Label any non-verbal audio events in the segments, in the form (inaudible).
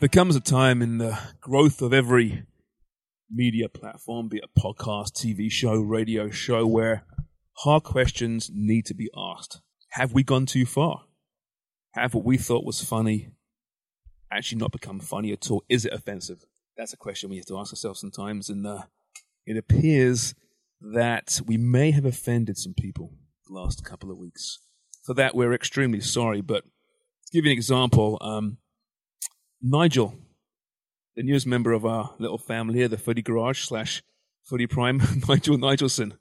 There comes a time in the growth of every media platform, be it a podcast, TV show, radio show, where hard questions need to be asked. Have we gone too far? Have what we thought was funny actually not become funny at all? Is it offensive? That's a question we have to ask ourselves sometimes. And uh, it appears that we may have offended some people the last couple of weeks. For that, we're extremely sorry. But to give you an example, um, Nigel, the newest member of our little family here, the Footy Garage slash Footy Prime, (laughs) Nigel Nigelson,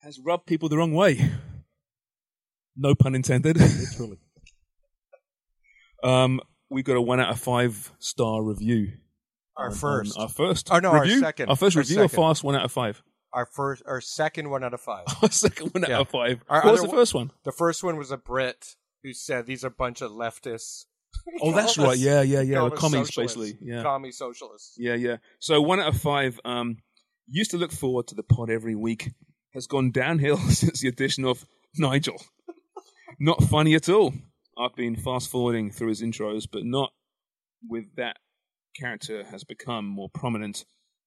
has rubbed people the wrong way. No pun intended. Literally. (laughs) um, we got a one out of five star review. Our on- on first. our first. Oh, no, our review? second. Our first Our review, second. our fast one out of five. (laughs) Our first, our second one out of five. Our second one Yeah. out of five. Our what was other the first one? The first one was a Brit who said these are a bunch of leftists. (laughs) Oh, that's All of right. us- Yeah, yeah, yeah. all of The us commies, socialists. basically. Yeah. commie socialists. Yeah, yeah. So one out of five um, used to look forward to the pod every week has gone downhill (laughs) since the addition of Nigel. not funny at all. I've been fast forwarding through his intros, but not with that character has become more prominent.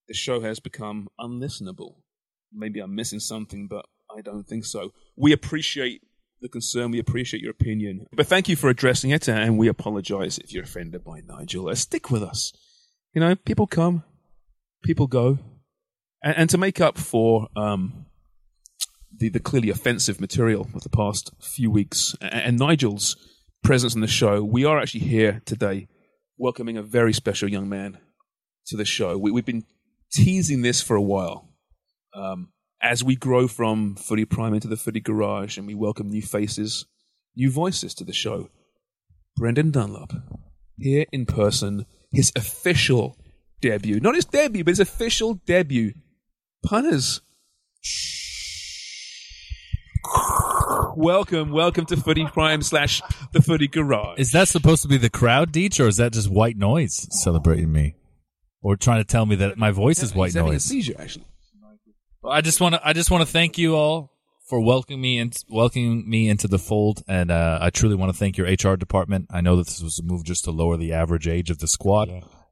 The show has become unlistenable. Maybe I'm missing something, but I don't think so. We appreciate the concern. We appreciate your opinion. But thank you for addressing it, and we apologize if you're offended by Nigel. Uh, stick with us. You know, people come, people go. And, and to make up for um, the, the clearly offensive material of the past few weeks and, and Nigel's presence on the show, we are actually here today welcoming a very special young man to the show. We, we've been teasing this for a while. Um, as we grow from Footy Prime into the Footy Garage and we welcome new faces, new voices to the show, Brendan Dunlop, here in person, his official debut. Not his debut, but his official debut. Punters. Welcome, welcome to Footy Prime slash the Footy Garage. Is that supposed to be the crowd, Deech, or is that just white noise celebrating me, or trying to tell me that my voice is white He's having a noise? seizure, actually. Well, I just want to. I just want to thank you all for welcoming me and welcoming me into the fold, and uh, I truly want to thank your HR department. I know that this was a move just to lower the average age of the squad,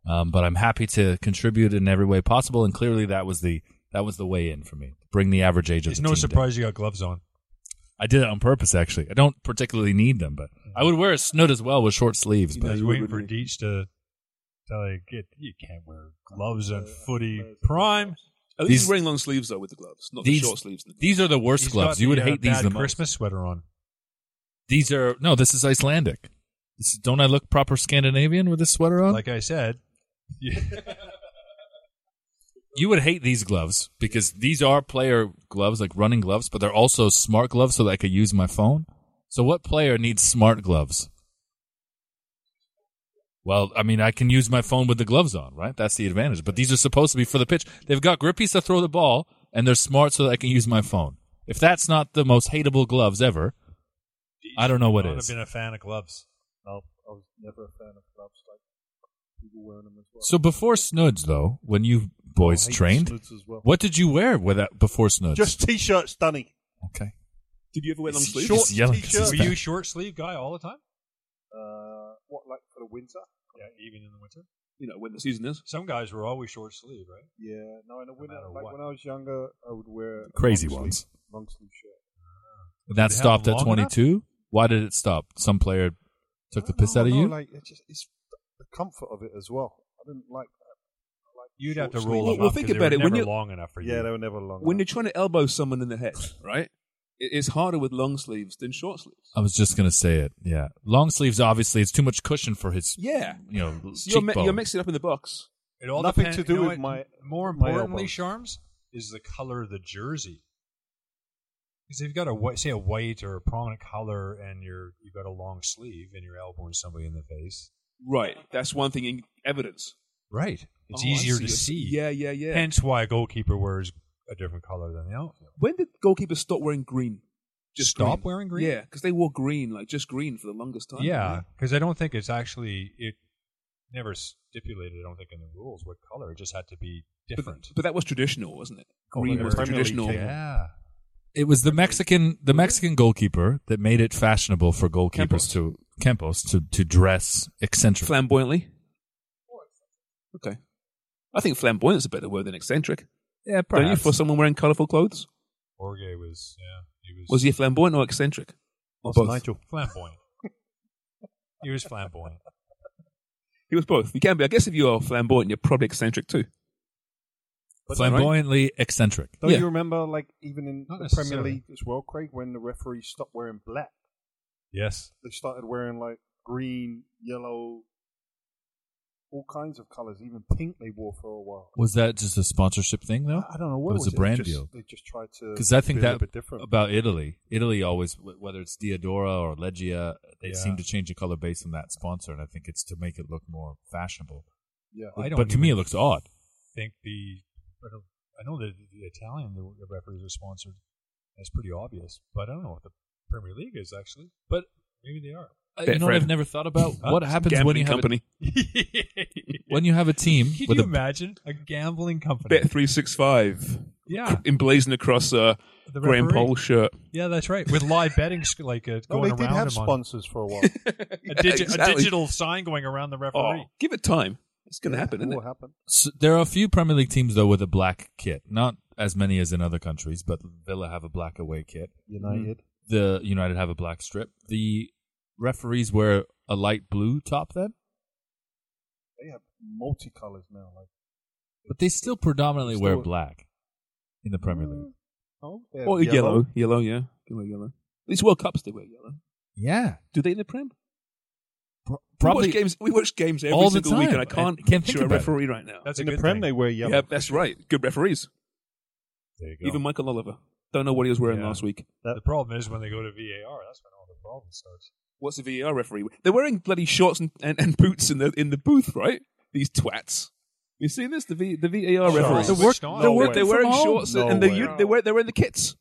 um, but I'm happy to contribute in every way possible, and clearly that was the that was the way in for me. Bring the average age of It's the no team down. surprise you got gloves on. I did it on purpose, actually. I don't particularly need them, but Mm-hmm. I would wear a snood as well with short sleeves. You But know, I was you waiting would, for wouldn't Deech to tell you, get, you can't wear gloves on footy prime. At least These- he's wearing long sleeves though with the gloves, not these the short sleeves. these are the worst He's gloves. got You would the, uh, hate these bad the most. Christmas sweater on. These are no. This is Icelandic. This, don't I look proper Scandinavian with this sweater on? Like I said, you would hate these gloves because these are player gloves, like running gloves, but they're also smart gloves, so that I could use my phone. So, what player needs smart gloves? Well, I mean, I can use my phone with the gloves on, right? That's the advantage. But these are supposed to be for the pitch. They've got grippies to throw the ball, and they're smart so that I can use my phone. If that's not the most hateable gloves ever, I don't know what I've is. been a fan of gloves. So before Snuds, though, when you boys trained, what did you wear with that before Snuds? Just t-shirts, Danny. okay. Did you ever wear long It's sleeves? short- He's- yelling Were you a short sleeve guy all the time? Uh, what, like for the winter? Yeah, even in the winter. You know when the season is. Some guys were always short sleeve, right? Yeah, no, in the winter, matter like what. when I was younger, I would wear a Crazy long ones. sleeve- long sleeve shirt. Did And that they have stopped them at long enough? 22. Why did it stop? Some player took the No, piss out of no, you. Like it's just it's the comfort of it as well. I didn't like that. I like You'd have to short roll Well, them sleeve. well, up think 'cause they about were it, when Never you- long enough for you. Yeah, they were never Oh, long. when you're enough. trying to elbow someone in the (sighs) head, right? It is harder with long sleeves than short sleeves. Uh, I was just gonna say it. Yeah, long sleeves. Obviously, it's too much cushion for his. Yeah. you know, So you're, mi- cheekbone. you're mixing up in the box. It all Nothing depend- to do you know with what? my- More my importantly, elbows. Sharms is the color of the jersey. Because if you've got a whi- say a white or a prominent color, and you're you've got a long sleeve, and you're elbowing somebody in the face, Right. That's one thing in evidence. right? It's Oh, I easier see. to see. Yeah, yeah, yeah. Hence why a goalkeeper wears a different color than the outfield. when did goalkeepers stop wearing green? Just Stop wearing green? Yeah, because they wore green, like just green for the longest time. Yeah, because I don't think it's actually it never stipulated. I don't think in the rules what color. It just had to be different. Oh, But, but that was traditional, wasn't it? Green Color. was Premier League traditional. thing. yeah. It was the Mexican, the Mexican goalkeeper that made it fashionable for goalkeepers Kempos. to Kempos to to dress eccentric. Flamboyantly. Okay. I think flamboyant is a better word than eccentric. yeah, Don't you? For someone wearing colourful clothes, Jorge was yeah he was was he flamboyant or eccentric? Or Lost both? Nigel. flamboyant. (laughs) he was flamboyant. He was both. You can be. I guess if you are flamboyant, you're probably eccentric too. Flamboyantly eccentric. Don't Yeah. you remember, like even in Not the Premier necessarily. League as well, Craig, when the referees stopped wearing black, Yes. they started wearing like green, yellow, all kinds of colours. Even pink they wore for a while. Was that just a sponsorship thing though? I I don't know what it was, a brand Just- deal. They just tried to Because I be think a that little bit different. about Italy, Italy always wh- whether it's Diodora or Legia, they Yeah. seem to change the color based on that sponsor, and I think it's to make it look more fashionable. yeah. I don't but to me, it even- looks odd. think the I don't- I know that the Italian the the referees are sponsored. That's pretty obvious, but I don't know what the Premier League is actually. But maybe they (laughs) are. Uh, You know what Betfred. I've never thought (laughs) about? Huh? What happens when Uh, Gambling you have a, company. when you have a team Can with you a imagine a gambling company? Bet three six five yeah, emblazoned across a the Graham referee. Pole shirt. Yeah, that's right. With live betting, sc- like uh, No, going they around did have him on- sponsors for a (laughs) while. a, digi- Exactly. a digital sign going around the Oh, referee. give it time. It's going to happen, isn't It it? will happen. S there are a few Premier League teams though with a black kit, not as many as in other countries, but Villa have a black away kit. United. The United have a black strip. The referees wear a light blue top then, They have multicolours now. Like, but they still predominantly wear Still- black in the Premier League. oh, they Mm-hmm. have Or yellow. yellow, yeah, yellow, yellow. These World Cups they wear yellow. Yeah, Do they in the Prem? Pro- we probably. watch games. We watch games every All the single week, time. and I can't, I can't think picture a about it. referee right now. That's In a the good Prem, thing. they wear yellow. yeah, that's right. Good referees. There you go. Even Michael Oliver. Don't know what he was wearing Yeah. last week. the problem is when they go to VAR. That's when all the problem starts. What's a VAR referee? They're wearing bloody shorts and, and, and boots in the in the booth, right? These twats. You seen this? The v, the VAR Sure. referees. They're work- No they're, way. they're wearing From home? shorts No and they're, way. u- they're, wear, they're wearing the kits.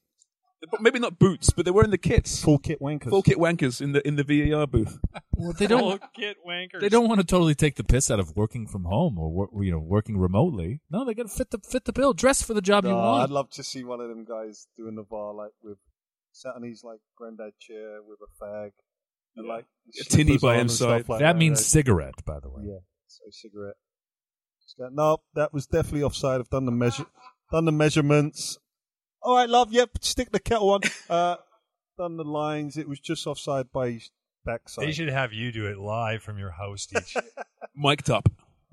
But Maybe not boots, but they're wearing the kits. Full kit wankers. Full kit wankers in the in the VAR booth. Well, (laughs) they don't. get wankers. They don't want to totally take the piss out of working from home or wor- you know working remotely. No, they got to fit the fit the bill, dress for the job you Nah, want. I'd love to see one of them guys doing the bar like with sat on his like granddad chair with a fag and like A tinny by his his side. that means cigarette, by the way. yeah, so cigarette. Just go, no, that was definitely offside. I've done the measure, done the measurements. All right, love. Yep, stick the kettle (laughs) on. Uh, done the lines. It was just offside by his backside. They should have you do it live from your house, (laughs) each Mic'd up.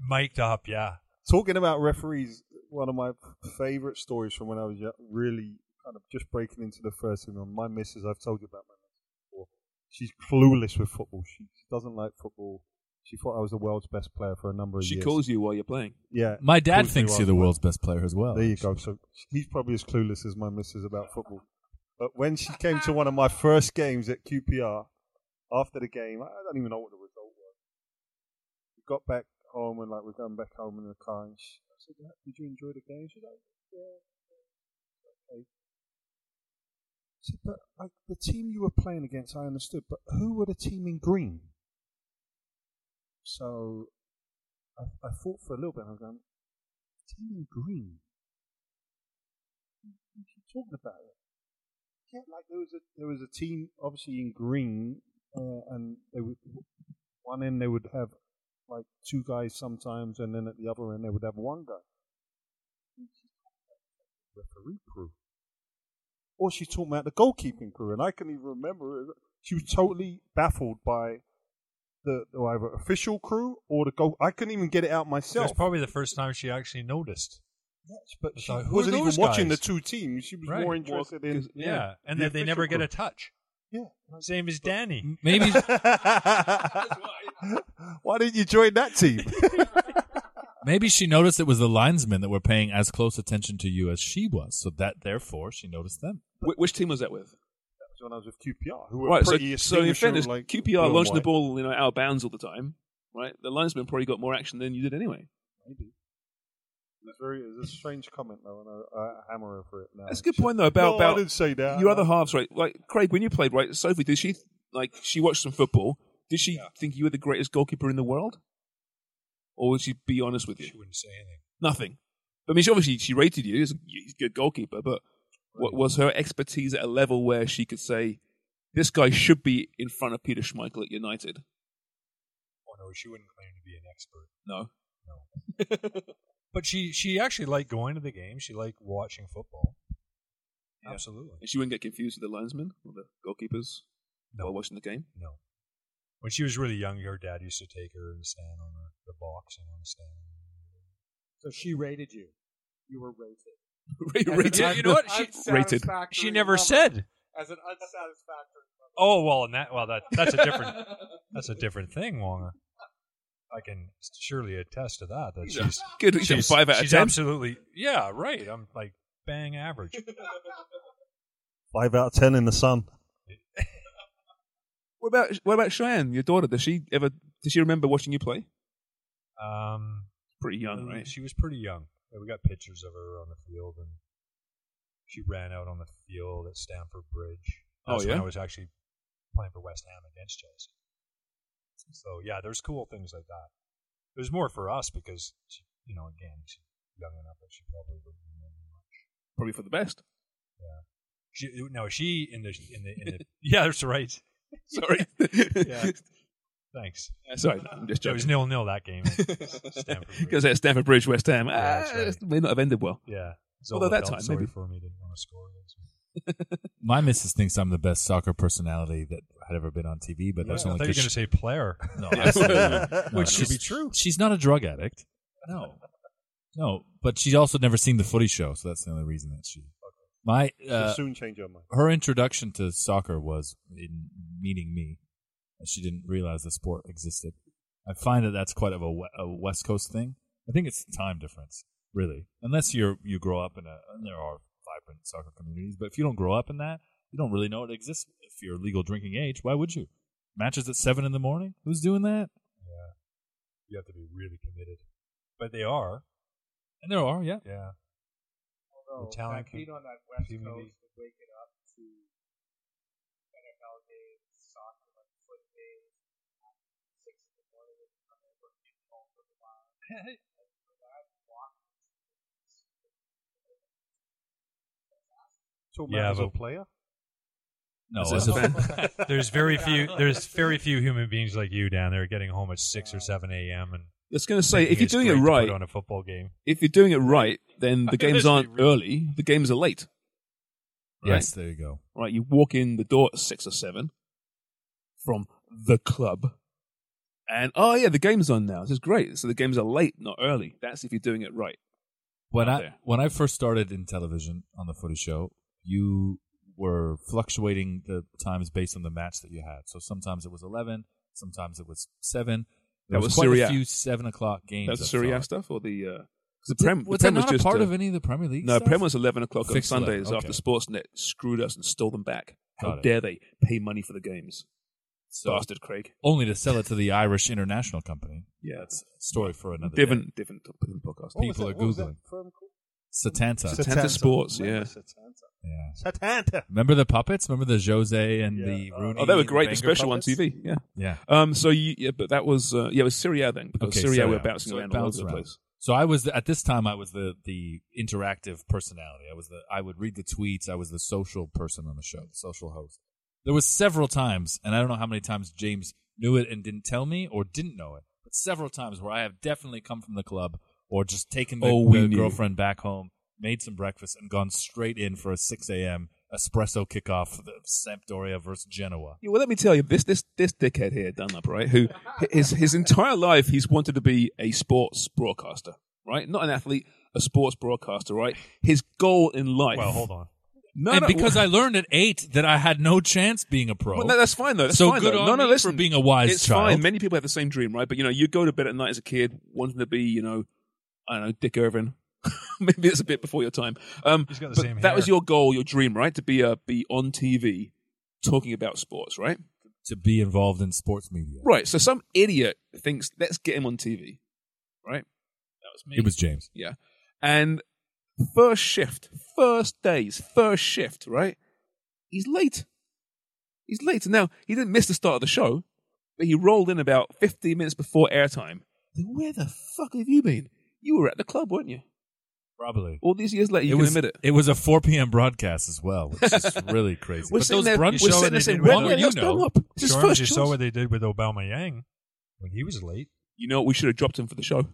mic'd up. Yeah, Talking about referees, one of my favorite stories from when I was yo- really kind of just breaking into the first team. And my missus, I've told you about my missus before. She's clueless with football. She doesn't like football. She thought I was the world's best player for a number of She years. calls you while you're playing. Yeah, My dad calls me thinks while you're the I'm world's best player as well. There you go. So he's probably as clueless as my missus about football. But when she came to one of my first games at QPR, after the game, I don't even know what the result was. We got back home and like we're going back home in the car. And she, I said, "Yeah, "Did you enjoy the game?" She's like, "Yeah." Okay. I said, "But like the team you were playing against, I understood. But who were the team in green?" So I, I thought for a little bit. I was going, "Team in green." you keep talking about it. Yeah, like there was a there was a team obviously in green, uh, and they would one end they would have like two guys sometimes, and then at the other end they would have one guy. Referee crew, or she's talking about the goalkeeping crew, and I can even remember it. she was totally baffled by the, the either official crew or the goal. I couldn't even get it out myself. That's probably the first time she actually noticed. but she thought, who are wasn't even those watching the guys? two teams. She was Right. more interested in Yeah, and the that they never official get a touch. crew. Same as Danny. (laughs) Maybe (laughs) Yeah. (laughs) Why didn't you join (laughs) that team? maybe she noticed it was the linesmen that were paying as close attention to you as she was, so that therefore she noticed them. Wh- which team was that with? That's when I was with QPR, who were Right, so, pretty so in extinguisher, fairness, like, blue QPR and launched the white. ball you know, out of bounds all the time. Right, the linesman probably got more action than you did anyway. Maybe. It's very, it's a strange comment though, and I, I hammer her for it now. That's a good point though about No, about I didn't say that. your other halves, right? Like Craig, when you played, right? Sophie, did she like she watched some football? Did she think you were the greatest goalkeeper in the world, or would she be honest with you? She wouldn't say anything. Nothing. I mean, she obviously she rated you as a he's a good goalkeeper, but what was her expertise at a level where she could say this guy should be in front of Peter Schmeichel at United? Oh no, she wouldn't claim to be an expert. No. But she she actually liked going to the game. She liked watching football. Yeah. Absolutely. And she wouldn't get confused with the linesmen or the goalkeepers while watching the game. (laughs) No. When she was really young, her dad used to take her and stand on the, the box and on the stand. So she rated you. You were rated. (laughs) rated. Yeah, you know what? She- (laughs) rated. Unsatisfactory She never level. said. As an unsatisfactory level. Oh well, and that well that that's a (laughs) different that's a different thing, Wonga. I can surely attest to that. That He's a- (laughs) she's good. He's a she's, five out of she's ten. absolutely yeah right. I'm like (laughs) bang average. Five out of ten in the sun. What about what about Cheyenne, your daughter? Does she ever? Does she remember watching you play? Mm. Um, Pretty young, Uh, right? She was pretty young. Yeah, We got pictures of her on the field, and she ran out on the field at Stamford Bridge. Oh, That's when yeah? I was actually playing for West Ham against Chelsea. So yeah, there's cool things like that. It was more for us because she, you know, again, she's young enough that she probably wouldn't remember much. Probably for the (laughs) best. She, no, she in the in the (laughs) in the yeah, that's right. Sorry. (laughs) Yeah. Thanks. (laughs) Sorry, I'm just It was joking. nil nil that (laughs) game. Stamford Because Bridge. at Stamford Bridge, West Ham, Yeah, ah, that's right. it may not have ended well. Yeah. Although Zola that felt time, sorry maybe. for me didn't want to score. against me. My missus thinks I'm the best soccer personality that had ever been on TV, but that's I only thought you were 'cause going she- to say player. (laughs) no, absolutely not. No, Which should she's- be true. She's not a drug addict. No, no, but she's also never seen the footy show, so that's the only reason that she. My uh, She'll soon change her mind. her introduction to soccer was in meeting me, and she didn't realize the sport existed. I find that that's quite of a, we- a West Coast thing. I think it's time difference, really. Unless you're you grow up in a, and there are vibrant soccer communities, but if you don't grow up in that, you don't really know it exists. If you're legal drinking age, why would you? Matches at seven in the morning? Who's doing that? Yeah. You have to be really committed. But they are. And there are, yeah. Yeah. Although, Oh, Italian that being on that West community. Coast and waking up to NFL games, soccer, like foot games, at six in the morning, and come over and get home for a while. And for that, walk. Talking Yeah, about as a but- player. No, Is this a fan? (laughs) There's very few there's very few human beings like you down there getting home at six or seven AM and It's going to say if thinking you're it's doing it great to put right, on a football game. if you're doing it right, then the Honestly, games aren't really. early. The games are late. Right? yes, there you go. Right. You walk in the door at six or seven from the club, and oh yeah, the game's on now. This is great. So the games are late, not early. That's if you're doing it right. When out I there. when I first started in television on the Footy Show, you were fluctuating the times based on the match that you had. So sometimes it was eleven, sometimes it was seven. There That was quite Serie A. a few seven o'clock games. That's the I Serie A thought. stuff or the uh, 'cause the Did- Prem. the was Prem that not just a part uh, of any of the Premier League? No, stuff? Prem was eleven o'clock on Fixed Sundays eleven, after okay. Sportsnet screwed us and stole them back. Got How it. dare they pay money for the games? So- Bastard Craig. only to sell it to the Irish International Company. Yeah, That's a story for another day. Different, different podcast. What was People that- are what was that Googling. Satanta. Sat- Satanta Sports, yeah. yeah. Satanta. Remember the puppets? Remember the Jose and Yeah. the Oh, Rooney? Oh, they were and great. The Wenger special on puppets? TV. Yeah. Yeah. Um. So you, yeah, but that was uh, yeah, it was Syria then because Okay, Syria, Serie we were A. bouncing So it around all over bounced the around. place. So I was at this time I was the the interactive personality. I was the I would read the tweets. I was the social person on the show, the social host. There was several times, and I don't know how many times James knew it and didn't tell me or didn't know it, but several times where I have definitely come from the club or just taken the, Oh, we the knew. girlfriend back home, made some breakfast, and gone straight in for a six a.m. espresso kickoff, the Sampdoria versus Genoa. Yeah, well, let me tell you, this this this dickhead here, Dunlap, right? Who his his entire life he's wanted to be a sports broadcaster, right? Not an athlete, a sports broadcaster, right? His goal in life. Well, hold on. No, and no, because well- I learned at eight that I had no chance being a pro. Well, no, that's fine though. That's so fine, good though. on no, no, me listen, for being a wise it's child. fine. Many people have the same dream, right? But you know, you go to bed at night as a kid wanting to be, you know, I don't know, Dick Irvin. (laughs) Maybe it's a bit before your time. Um, He's got the but same that was hair. your goal, your dream, right? To be uh, be on TV talking about sports, right? to be involved in sports media. Right. So some idiot thinks, let's get him on TV, right? That was me. It was James. Yeah. And first shift, first days, first shift, right? He's late. He's late. Now, he didn't miss the start of the show, but he rolled in about 15 minutes before airtime. Then Where the fuck have you been? You were at the club, weren't you? Probably. All these years later, you it can was admit it. was a 4 p.m. broadcast as well, which (laughs) is really crazy. We're but sitting those there- brunch we're shows, sitting there they saying, did "Well, well, yeah, you let's know." go up. It's his Sure, first you saw choice. what they did with Obama Yang when he was late. You know, we should have dropped him for the show.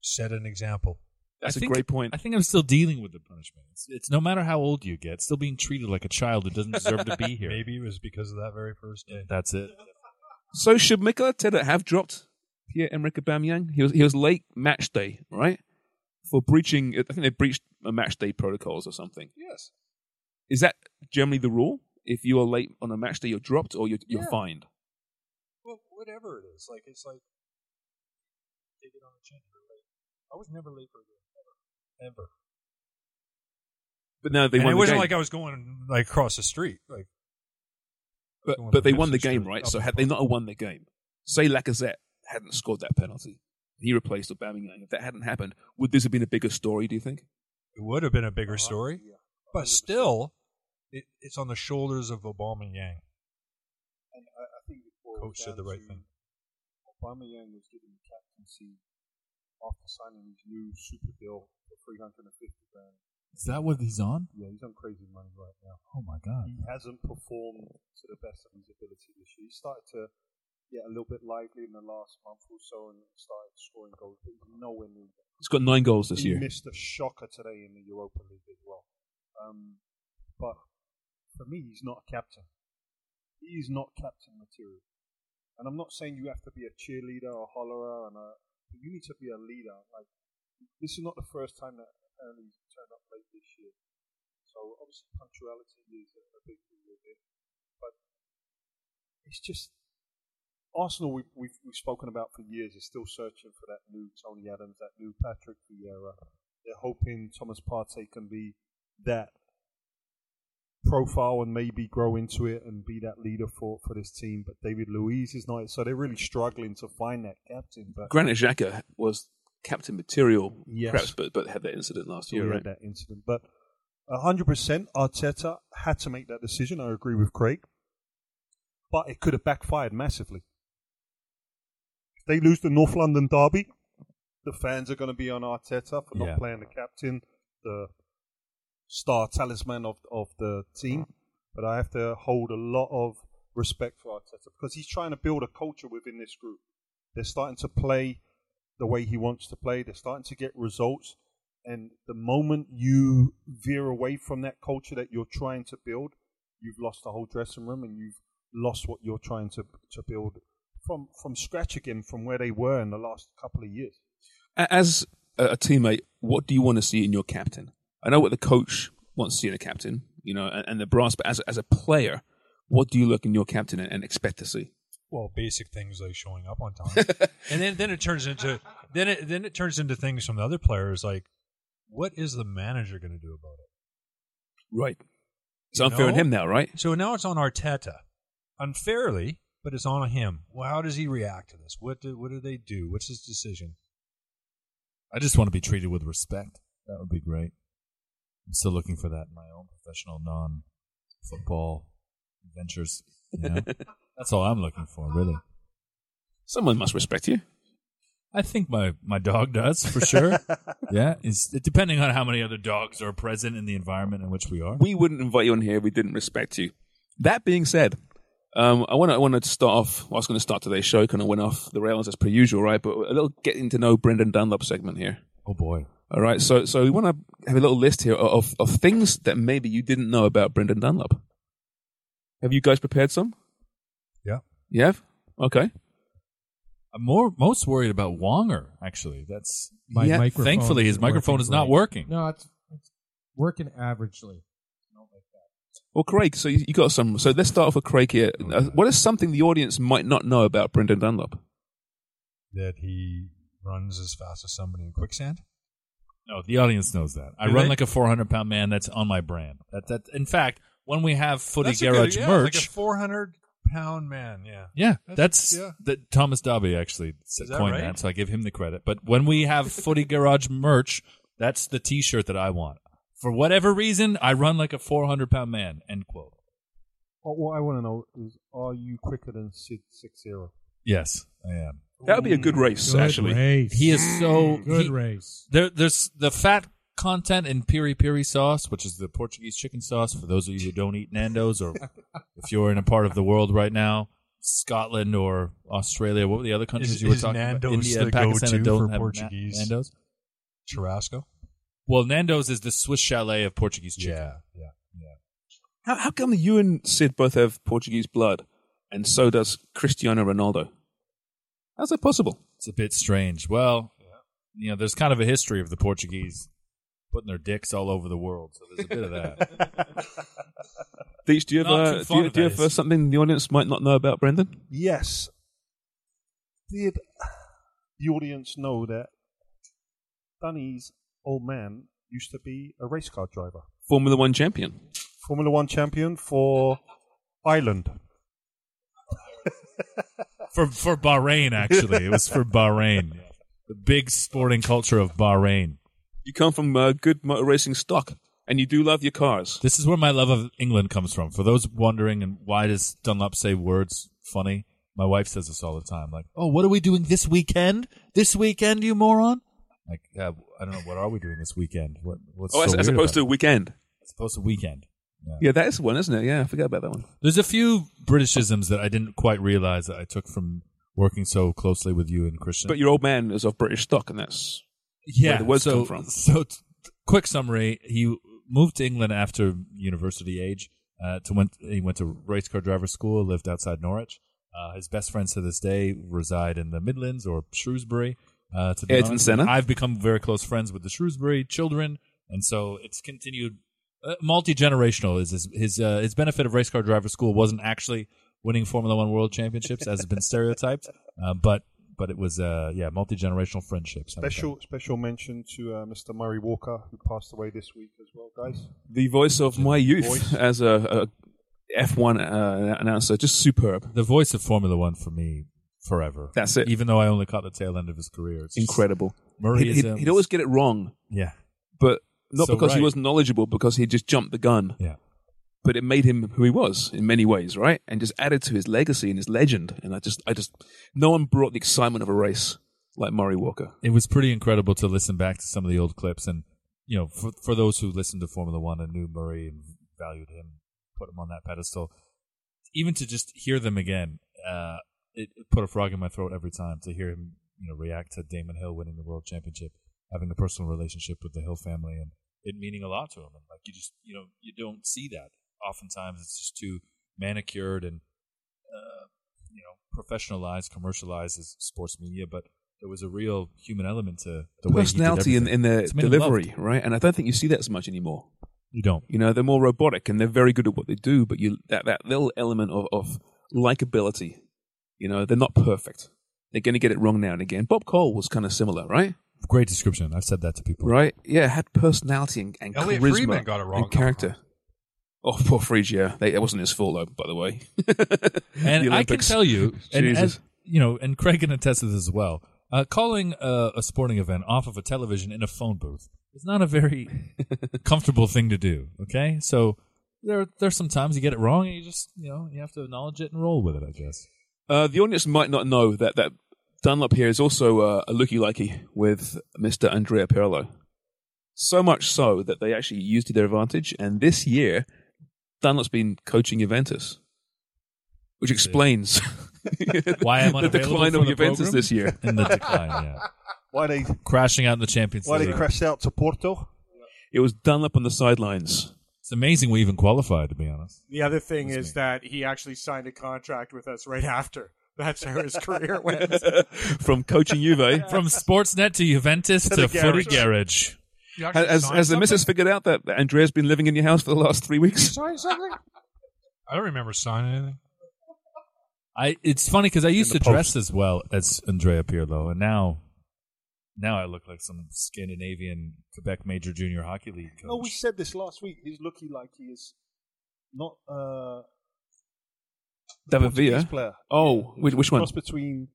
Set an example. That's a I think- great point. I think I'm still dealing with the punishment. It's, it's no matter how old you get, still being treated like a child who doesn't deserve to (laughs) be here. Maybe it was because of that very first day. That's it. So should Mikel Arteta have dropped Pierre Emerick Aubameyang? He was he was late match day, right? For breaching, I think they breached a match day protocols or something. Yes. Is that generally the rule? If you are late on a match day, you're dropped or you're, you're Yeah. fined. Well, whatever it is, like it's like take it on the chin. You're late. I was never late for a game ever, ever. But now they and won. it the wasn't game. like I was going like across the street. Like but going but they across won the the game, street, right? up So the had they not won the game, say Lacazette hadn't scored that penalty, he replaced Aubameyang. If that hadn't happened, would this have been a bigger story? Do you think? it would have been a bigger story, but still, it, it's on the shoulders of Obama and Yang. And I, I think it boils Coach down did the right to thing. Aubameyang was given the captaincy after signing his new super deal for 350 grand. Is that what he's on? Yeah, he's on crazy money right now. Oh my god. He hasn't performed to the best of his ability this year. He started to get a little bit lively in the last month or so and started scoring goals, but he's nowhere near that. He's got nine goals this he year. missed a shocker today in the Europa League as well. Um, but for me, he's not a captain. He is not captain material. And I'm not saying you have to be a cheerleader or hollerer, and a, but you need to be a leader. Like this is not the first time that apparently he's turned up late this year. So obviously punctuality is a, a big thing with it. But it's just Arsenal, we, we've, we've spoken about for years, is still searching for that new Tony Adams, that new Patrick Vieira. They're hoping Thomas Partey can be that profile and maybe grow into it and be that leader for, for this team. But David Luiz is not, so they're really struggling to find that captain. But Granit Xhaka was captain material, Yes. perhaps, but but had that incident last So we year, right? had that incident. But 100% Arteta had to make that decision. I agree with Craig. But it could have backfired massively. If they lose the North London derby, the fans are going to be on Arteta for not Yeah. playing the captain, the star talisman of, of the team. But I have to hold a lot of respect for Arteta because he's trying to build a culture within this group. They're starting to play the way he wants to play. They're starting to get results. And the moment you veer away from that culture that you're trying to build, you've lost the whole dressing room and you've lost what you're trying to to build from from scratch again from where they were in the last couple of years. A- As a a teammate, what do you want to see in your captain? I know what the coach wants to see in a captain, you know, and, and the brass. But as as a player, what do you look in your captain and, and expect to (laughs) see? Well, basic things like showing up (laughs) on time, and then, then it turns into then it then it turns into things from the other players like, what is the manager going to do about it? Right. It's You unfair on know? him now, right? So now it's on Arteta, unfairly, but it's on him. Well, how does he react to this? What do what do they do? What's his decision? I just want to be treated with respect. That would be great. I'm still looking for that in my own professional non football ventures. (laughs) You know? That's all I'm looking for, really. Someone must respect you. I think my, my dog does (laughs) for sure. yeah, it's, depending on how many other dogs are present in the environment in which we are. We wouldn't invite you on here if we didn't respect you. That being said, um, I want to I want to start off. I was going to start today's show, kind of went off the rails as per usual, right? But a little getting to know Brendan Dunlop segment here. oh boy, All right, so so we want to have a little list here of of things that maybe you didn't know about Brendan Dunlop. Have you guys prepared some? Yeah. You have? Okay. I'm more most worried about Wonger. Actually, that's My Yeah, microphone Thankfully, his isn't microphone is not great. working. No, it's, it's working averagely. Well, Craig, so you, you got some. So let's start off with Craig here. Uh, what is something the audience might not know about Brendan Dunlop? that he runs as fast as somebody in quicksand. No, the audience knows that. I Do run they? like a 400 pound man. That's on my brand. That that. In fact, when we have Footy That's a good- Garage yeah, merch, like a four hundred pound man. Yeah, yeah, that's, yeah. that Thomas Dobby actually s- Is that coined right? that, so I give him the credit. But when (laughs) we have Footy Garage merch, that's the T-shirt that I want. For whatever reason, I run like a 400 pound man. End quote. What, what I want to know is, are you quicker than Sid six zero? Yes, I am. That would be a good race, Good actually. race. He is Mm, so good he- race. There, there's the fat content in piri piri sauce, which is the Portuguese chicken sauce. For those of you who don't eat Nando's, (laughs) or if you're in a part of the world right now, Scotland or Australia, what were the other countries Is- you were is talking Nando's about? India and the Pakistan that go-to don't for have Na- Portuguese? Nando's. Churrasco. Well, Nando's is the Swiss chalet of Portuguese chicken. yeah, yeah. How, how come you and Sid both have Portuguese blood, and so does Cristiano Ronaldo? How's that possible? It's a bit strange. Well, you know, there's kind of a history of the Portuguese putting their dicks all over the world, so there's a bit (laughs) of that. (laughs) Deech, do you have, Not uh, too do fond you, of do you that, have is uh, it? something the audience might not know about Brendan? Yes. Did the audience know that Danny's old man used to be a race car driver, Formula One champion. Formula One champion for Ireland? for for Bahrain actually. It was (laughs) for Bahrain, the big sporting culture of Bahrain. You come from uh, good motor racing stock, and you do love your cars. This is where my love of England comes from. For those wondering, and why does Dunlop say words funny? My wife says this all the time. Like, oh, what are we doing this weekend? This weekend, you moron! Like, yeah, I don't know. What are we doing this weekend? What, what's oh, as, so as weird opposed about to weekend. it? as opposed to weekend. Yeah, that is one, isn't it? Yeah, I forgot about that one. There's a few Britishisms that I didn't quite realize that I took from working so closely with you and Christian. But your old man is of British stock, and that's yeah, where the words so, come from. So, t- quick summary: He moved to England after university age. Uh, to went, he went to race car driver school, lived outside Norwich. Uh, his best friends to this day reside in the Midlands or Shrewsbury. Uh, to be Ayrton honest. Senna. I've become very close friends with the Shrewsbury children, and so it's continued. Uh, Multi generational is his his, uh, his benefit of race car driver school wasn't actually winning Formula One World Championships as has been stereotyped, uh, but but it was uh, yeah multi generational friendships. I'm Special special mention to uh, Mr. Murray Walker, who passed away this week as well, guys. The voice of my youth as a, a F1 uh, announcer, just superb. the voice of Formula One for me forever. That's it. Even though I only caught the tail end of his career, it's just- Incredible. Murray he'd, is, he'd- um, he'd always get it wrong, yeah, but not So because he right. wasn't knowledgeable, because he just jumped the gun. yeah. But it made him who he was in many ways, right? And just added to his legacy and his legend. And I just, I just, no one brought the excitement of a race like Murray Walker. It was pretty incredible to listen back to some of the old clips, and you know, for for those who listened to Formula One and knew Murray and valued him, put him on that pedestal, even to just hear them again, uh, it, it put a frog in my throat every time to hear him, you know, react to Damon Hill winning the world championship, having a personal relationship with the Hill family, and it meaning a lot to him. And like you just, you know, you don't see that oftentimes. It's just too manicured and uh, you know professionalized, commercialized as sports media, but there was a real human element to the way he did Personality in, everything. in their It's made him loved. delivery, right? And I don't think you see that as much anymore. You don't. You know, they're more robotic and they're very good at what they do, but you that, that little element of, of likability, you know, they're not perfect. They're going to get it wrong now and again. Bob Cole was kind of similar, right? Great description. I've said that to people. Right? Yeah, had personality and, and Elliot charisma Friedman got it wrong. and character. Oh, poor Frigia. They, it wasn't his fault, though, by the way. (laughs) The and I can Olympics. (laughs) tell you, and Jesus. as, you know, and Craig can attest to this as well. Uh, calling a, a sporting event off of a television in a phone booth is not a very comfortable thing to do. Okay, so there there's sometimes you get it wrong, and you just you know you have to acknowledge it and roll with it. I guess. Uh, the audience might not know that, that Dunlop here is also uh, a looky-likey with Mr. Andrea Pirlo. So much so that they actually used to their advantage, and this year, Dunlop's been coaching Juventus, which explains (laughs) Why am I the decline for of the Juventus program? this year. In the decline, yeah. Why they crashing out in the Champions why League. they crashed out to Porto? It was Dunlap on the sidelines. (laughs) It's amazing we even qualified, to be honest. The other thing is that he actually signed a contract with us right after. That's how his career (laughs) went. From coaching Juve. (laughs) From Sportsnet to Juventus To to, the footy garage. garage. You actually Has, signed has the something? missus figured out that that Andrea's been living in your house for the last three weeks? Sorry, something. I don't remember signing anything. I it's funny because I used the to dress as well as Andrea Pirlo, and now now I look like some Scandinavian Quebec Major Junior Hockey League coach. No, we said this last week. He's looking like he is not uh, David Portuguese Villa. player. Oh, which, which one? Cross between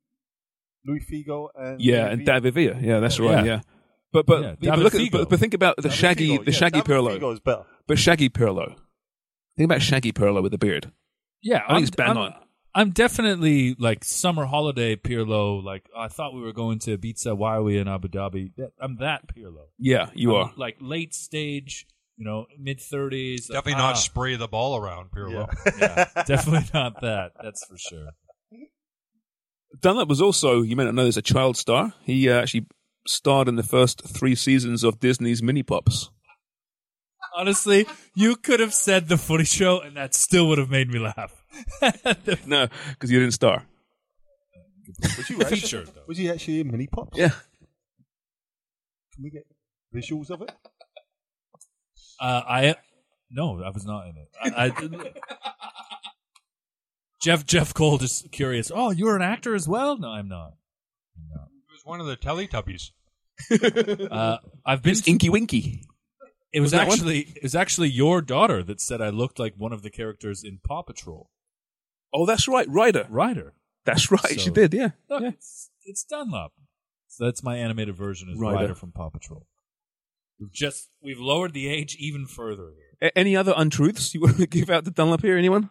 Louis Figo and Yeah, and David Villa. Yeah, that's right. Yeah. But but, Yeah, but David look at, Figo. but, but think about the David shaggy Figo, the yeah, shaggy David Pirlo. Figo is better. But shaggy Pirlo. Think about shaggy Pirlo with a beard. Yeah, I think it's bang I'm, on. I'm definitely like summer holiday Pirlo. Like I thought we were going to Ibiza. Why are we in Abu Dhabi? That- I'm that Pirlo. Yeah, you I'm, are. Like late stage, you know, mid thirties. Definitely not spray the ball around, Pirlo. (laughs) (laughs) definitely not that. That's for sure. Dunlap was also, you may not know this, a child star. He uh, actually starred in the first three seasons of Disney's Mini Pops. Honestly, you could have said the footy show, and that still would have made me laugh. (laughs) Uh, no, because you didn't star. Was you actually- Featured, though. Was he actually in mini pops? Yeah. Can we get visuals of it? Uh, I no, I was not in it. I, I didn't- Jeff Jeff Cole just curious. Oh, you're an actor as well? No, I'm not. It was one of the Teletubbies. Uh, I've been Inky Winky. It was Wasn't that one? actually it was actually your daughter that said I looked like one of the characters in Paw Patrol. Oh, that's right, Ryder. Ryder. Oh. That's right, she did, yeah. Look, It's, it's Dunlop. So that's my animated version is Ryder. Ryder, from Paw Patrol. We've just we've lowered the age even further. here. A- any other untruths you want to (laughs) give out to Dunlap here? Anyone?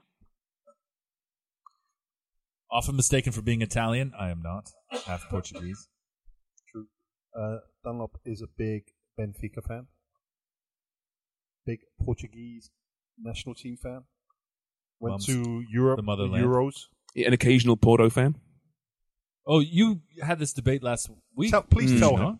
Often mistaken for being Italian, I am not. Half Portuguese. True. Uh, Dunlop is a big Benfica fan, big Portuguese national team fan. Went Mum's- to Europe, the the, motherland. Euros. Yeah, An occasional Porto fan. Oh, you had this debate last week. Tell- please did tell you him. not?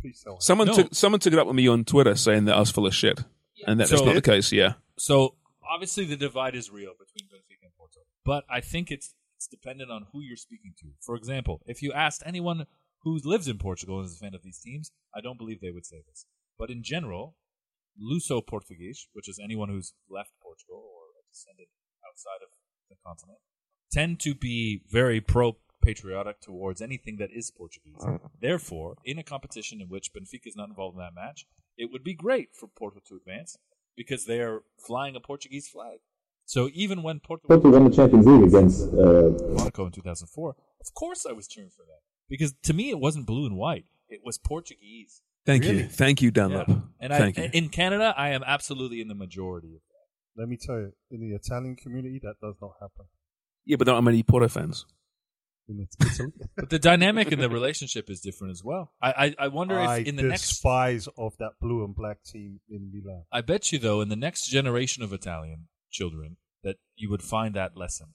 Please tell us. Someone No. took someone took it up with me on Twitter saying that I was full of shit, and that that's So- not the case. Yeah, So obviously the divide is real between Benfica and Porto, but I think it's it's dependent on who you're speaking to. For example, if you asked anyone who lives in Portugal and is a fan of these teams, I don't believe they would say this. But in general, Luso Portuguese, which is anyone who's left Portugal or a descendant outside of the continent, tend to be very pro patriotic towards anything that is Portuguese. Therefore, in a competition in which Benfica is not involved in that match, it would be great for Porto to advance because they are flying a Portuguese flag. So even when Porto Porto won the Champions League against uh, Monaco in 2004, of course I was cheering for that because to me it wasn't blue and white; it was Portuguese. thank Really? you, thank you, Dunlap. Yeah. And thank I, you. in Canada, I am absolutely in the majority. Let me tell you, in the Italian community, that does not happen. yeah, but there aren't many Porto fans. In (laughs) It- Italy, But the dynamic (laughs) in the relationship is different as well. I I, I wonder if I in the next despise of that blue and black team in Milan. I bet you, though, in the next generation of Italian children, that you would find that lessened.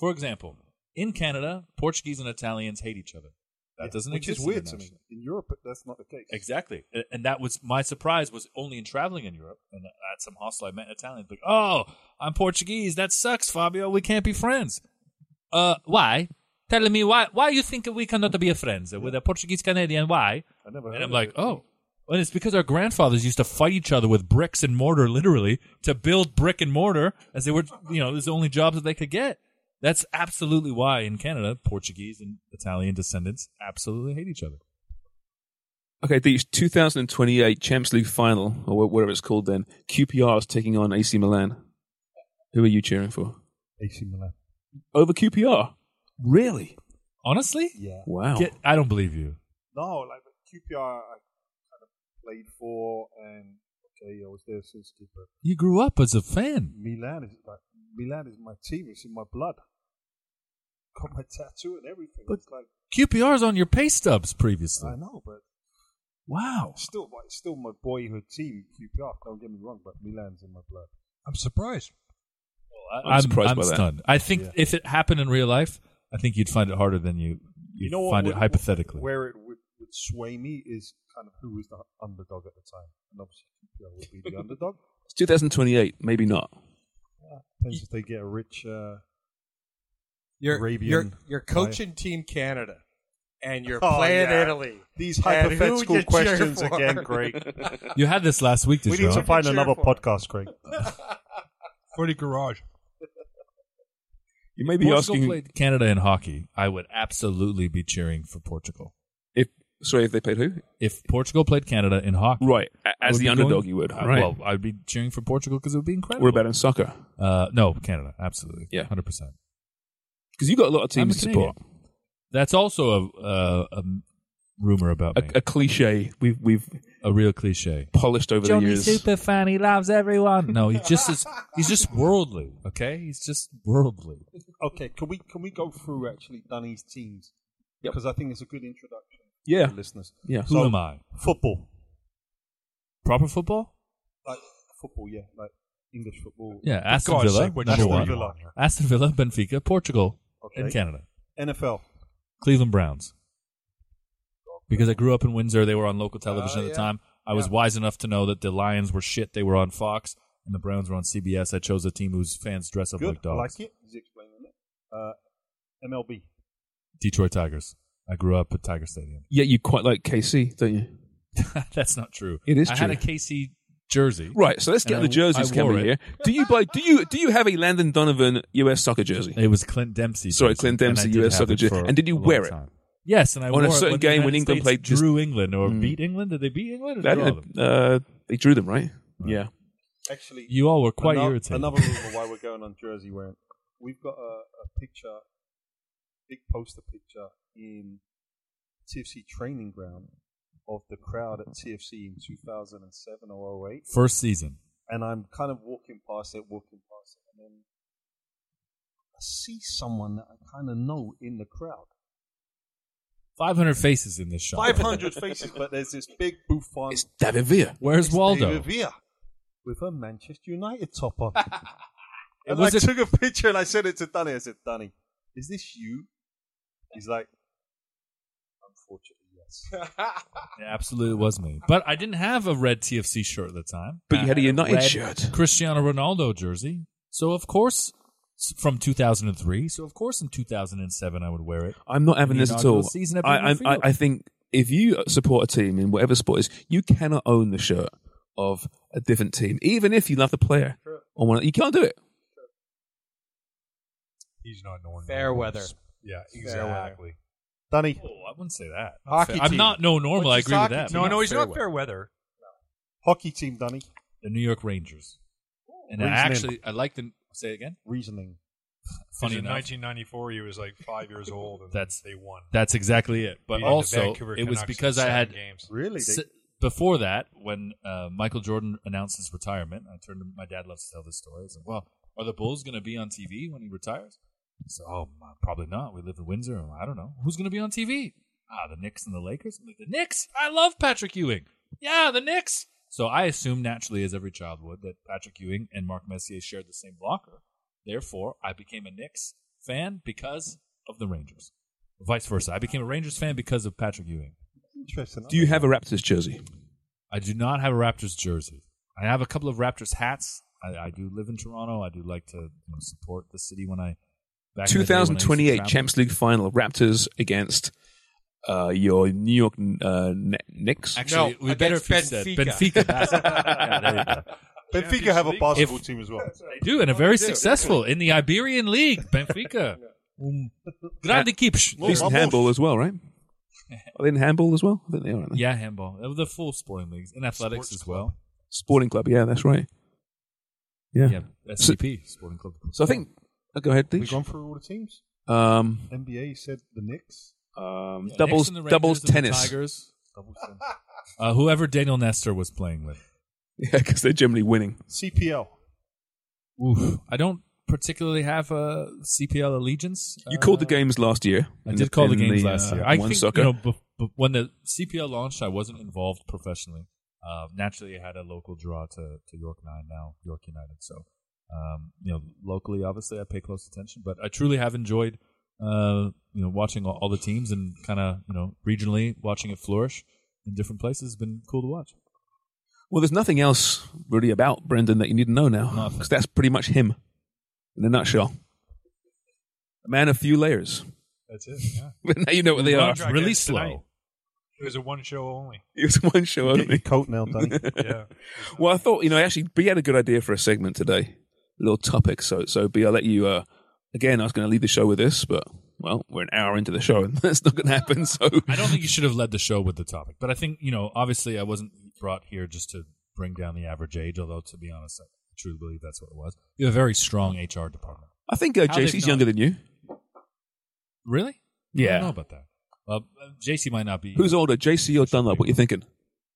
For example, in Canada, Portuguese and Italians hate each other. That Yeah, doesn't which exist is weird to me. internationally. In Europe, that's not the case. Exactly, A- and that was my surprise was only in traveling in Europe and at some hostel I met an Italian. Like, oh, I'm Portuguese. That sucks, Fabio. We can't be friends. Uh, why? Telling me why? Why you think we cannot be friends with a Portuguese Canadian? Why? I never. heard And I'm of like, it. oh. Well, it's because our grandfathers used to fight each other with bricks and mortar, literally, to build brick and mortar as they were, you know, it was the only jobs that they could get. That's absolutely why in Canada, Portuguese and Italian descendants absolutely hate each other. Okay, the 2028 Champions League final, or wh- whatever it's called then, QPR is taking on AC Milan. Who are you cheering for? AC Milan. Over QPR? Really? Honestly? Yeah. Wow. Get, I don't believe you. No, like but QPR, I kind of played for, and okay, I was there since the but You grew up as a fan. Milan is like Milan is my team. It's in my blood. Got my tattoo and everything. it's like QPR's on your pay stubs previously. I know, but Wow. it's still, my- it's still my boyhood team. QPR. Don't get me wrong, but Milan's in my blood. I'm surprised. I'm surprised by that. stunned. I think Yeah. if it hapappened in real life, I think you'd find it harder than you, you, what find would- it hypothetically. Where it would sway me is kind of who is the underdog at the time, and obviously QPR would be the underdog. It's 2028, maybe not. Yeah, depends if they get a rich uh, You're, Arabian. you're, you're guy. coaching Team Canada, and you're Oh, playing yeah. Italy. These And who hypothetical you cheer questions for? (laughs) again, Craig. You had this last week, We need Deshaun. to find Cheer another for. podcast, (laughs) Craig. Pretty garage. You may be Portugal asking played Canada in hockey. I would absolutely be cheering for Portugal. if sorry if they played who If Portugal played Canada in hockey, right a- I as would the be underdog. going- you would. I- right. Well, I'd be cheering for Portugal because it would be incredible. what about in soccer? Uh, no, Canada, absolutely, Yeah. hundred percent. Because you got a lot of I'm a teams to support. That's also a, uh, a rumor about A, me, a cliche we've we've a, real cliche. polished over the years. fan, he loves everyone. No, he just is. He's just worldly. Okay, he's just worldly. Okay, can we can we go through actually Dunny's teams Yep. because I think it's a good introduction Yeah, for listeners. yeah. Who am I? Football, Proper football? like football, yeah, like English football. Yeah, Aston God's Villa, sake, which number Aston one. Villa? Aston Villa, Benfica, Portugal, and Okay. Canada. NFL. Cleveland Browns. Because I grew up in Windsor, they were on local television Ah, at the yeah. time. I was wise enough to know that the Lions were shit. They were on Fox, and the Browns were on CBS. I chose a team whose fans dress up Good, like I dogs. like it. He's explaining it. Uh, MLB. Detroit Tigers. I grew up at Tiger Stadium. Yeah, you quite like KC, don't you? (laughs) That's not true. It is I had true. a KC jersey. Right. So let's get And the I- jerseys, I wore Cameron. Here, it. do you buy? Do you do you have a Landon Donovan U.S. soccer jersey? It was Clint Dempsey. Sorry, jersey, Clint and I Dempsey, did US have soccer it jer- for and did you a long wear it? time. Yes, and I On a wore it certain the game when United England States played just- drew England or Mm. beat England. Did they beat England? Or That- draw them? uh, they drew them, right? Yeah. Actually, You all were quite another, irritated. Another rumor why we're going on jersey wearing. We've got a, a picture, big poster picture in TFC training ground of the crowd at TFC in 2007 or 08. First season. and I'm kind of walking past it, walking past it, and then I see someone that I kind of know in the crowd. 500 faces in this shot. 500 faces, but there's this big Buffon. It's David Villa. Where's It's Waldo? David Villa with a Manchester United (laughs) top on. It and was I a- took a picture and I sent it to Danny. I said, Danny, is this you? He's like, unfortunately, yes. (laughs) It (laughs) absolutely was me. But I didn't have a red TFC shirt at the time. But you had a I United red shirt. Cristiano Ronaldo jersey. So, of course, s- from 2003. So, of course, in 2007, I would wear it. I'm not having In the this at inaugural all. season at I, Wrigley I'm- I, Field. I think if you support a team in whatever sport it is, you cannot own the shirt of a different team, even if you love the player. Or one, you can't do it. He's not Norn. Fair weather. Yeah, Fair weather. exactly. Danny, Oh, I wouldn't say that. Hockey I'm team. not no normal. I What's his agree with hockey that. team? but No, no, he's fair not weather. fair weather. hockey team, Danny. The New York Rangers. And I Reasoning. actually, I like the. Say it again. Reasoning. Funny in enough. 1994, he was like five (laughs) years old, and That's- they won. That's exactly it. But Beating the also, Vancouver it was Canucks in because I seven had games. Really? They- S- before that, when uh, Michael Jordan announced his retirement, I turned to my dad. Loves to tell this story. I said, "Well, are the Bulls going to be on TV when he retires?" He said, "Oh, m- probably not. We live in Windsor. and I don't know who's going to be on TV. Ah, the Knicks and the Lakers. I'm like, the Knicks. I love Patrick Ewing. Yeah, the Knicks. So I assumed naturally, as every child would, that Patrick Ewing and Mark Messier shared the same locker. Therefore, I became a Knicks fan because of the Rangers. Vice versa, I became a Rangers fan because of Patrick Ewing. Interesting. Do you have a Raptors jersey? I do not have a Raptors jersey. I have a couple of Raptors hats. I, I do live in Toronto. I do like to you know, support the city when I. Back in the day when I used to 2028 travel. Champions League final, Raptors against uh, your New York uh, Kn- Knicks. Actually, No, we better if you against said Benfica. (laughs) Benfica. basketball. yeah, there you go. (laughs) Benfica have Champions a League? basketball If- team as well. They do, and are very successful in the Iberian League. (laughs) Benfica. Um, Grande equipes. At least in Vamos. handball as well, right? Are they in handball as well? I think they are. Aren't they? Yeah, handball. They were The full sporting leagues and athletics Sports as well. Sporting club. Yeah, that's right. Yeah. Yeah, SCP Sporting Club. So I think. uh, go ahead, We've Deej. gone through all the teams. Um, NBA said the Knicks. um, Yeah, doubles, Knicks and the Rangers doubles, and the tennis. Tigers. Double ten. Uh, whoever Daniel Nestor was playing with. (laughs) Yeah, because they're generally winning. CPL. Oof. I don't particularly have a CPL allegiance. You called the Uh, games last year. I in did call the in games last uh, year. I one think soccer. you know b- b- when the CPL launched, I wasn't involved professionally. Uh, naturally, I had a local draw to, to York Nine now York United. So um, you know, locally, obviously, I pay close attention. But I truly have enjoyed uh, you know, watching all, all the teams and kind of you know regionally watching it flourish in different places has been cool to watch. Well, there's nothing else really about Brendan that you need to know now, because that's pretty much him in a nutshell. A man of few layers. (laughs) That's it. Yeah. now you know what they are. Contract ends tonight. It was a one show only. It was one show Get only. your coat (laughs) nailed, Danny. Yeah. Well, I thought you know actually, B had a good idea for a segment today, a little topic. So, so B, I'll let you. Uh, again, I was going to lead the show with this, but well, we're an hour into the show, and (laughs) that's not going to happen. So, I don't think you should have led the show with the topic, but I think you know. Obviously, I wasn't brought here just to bring down the average age. Although, to be honest, I truly believe that's what it was. You have a very strong HR department. I think uh, How they've JC's not- younger than you. Really? I Yeah. don't know about that. Well, uh, JC might not be. Who's older, JC or Dunlop? What you thinking?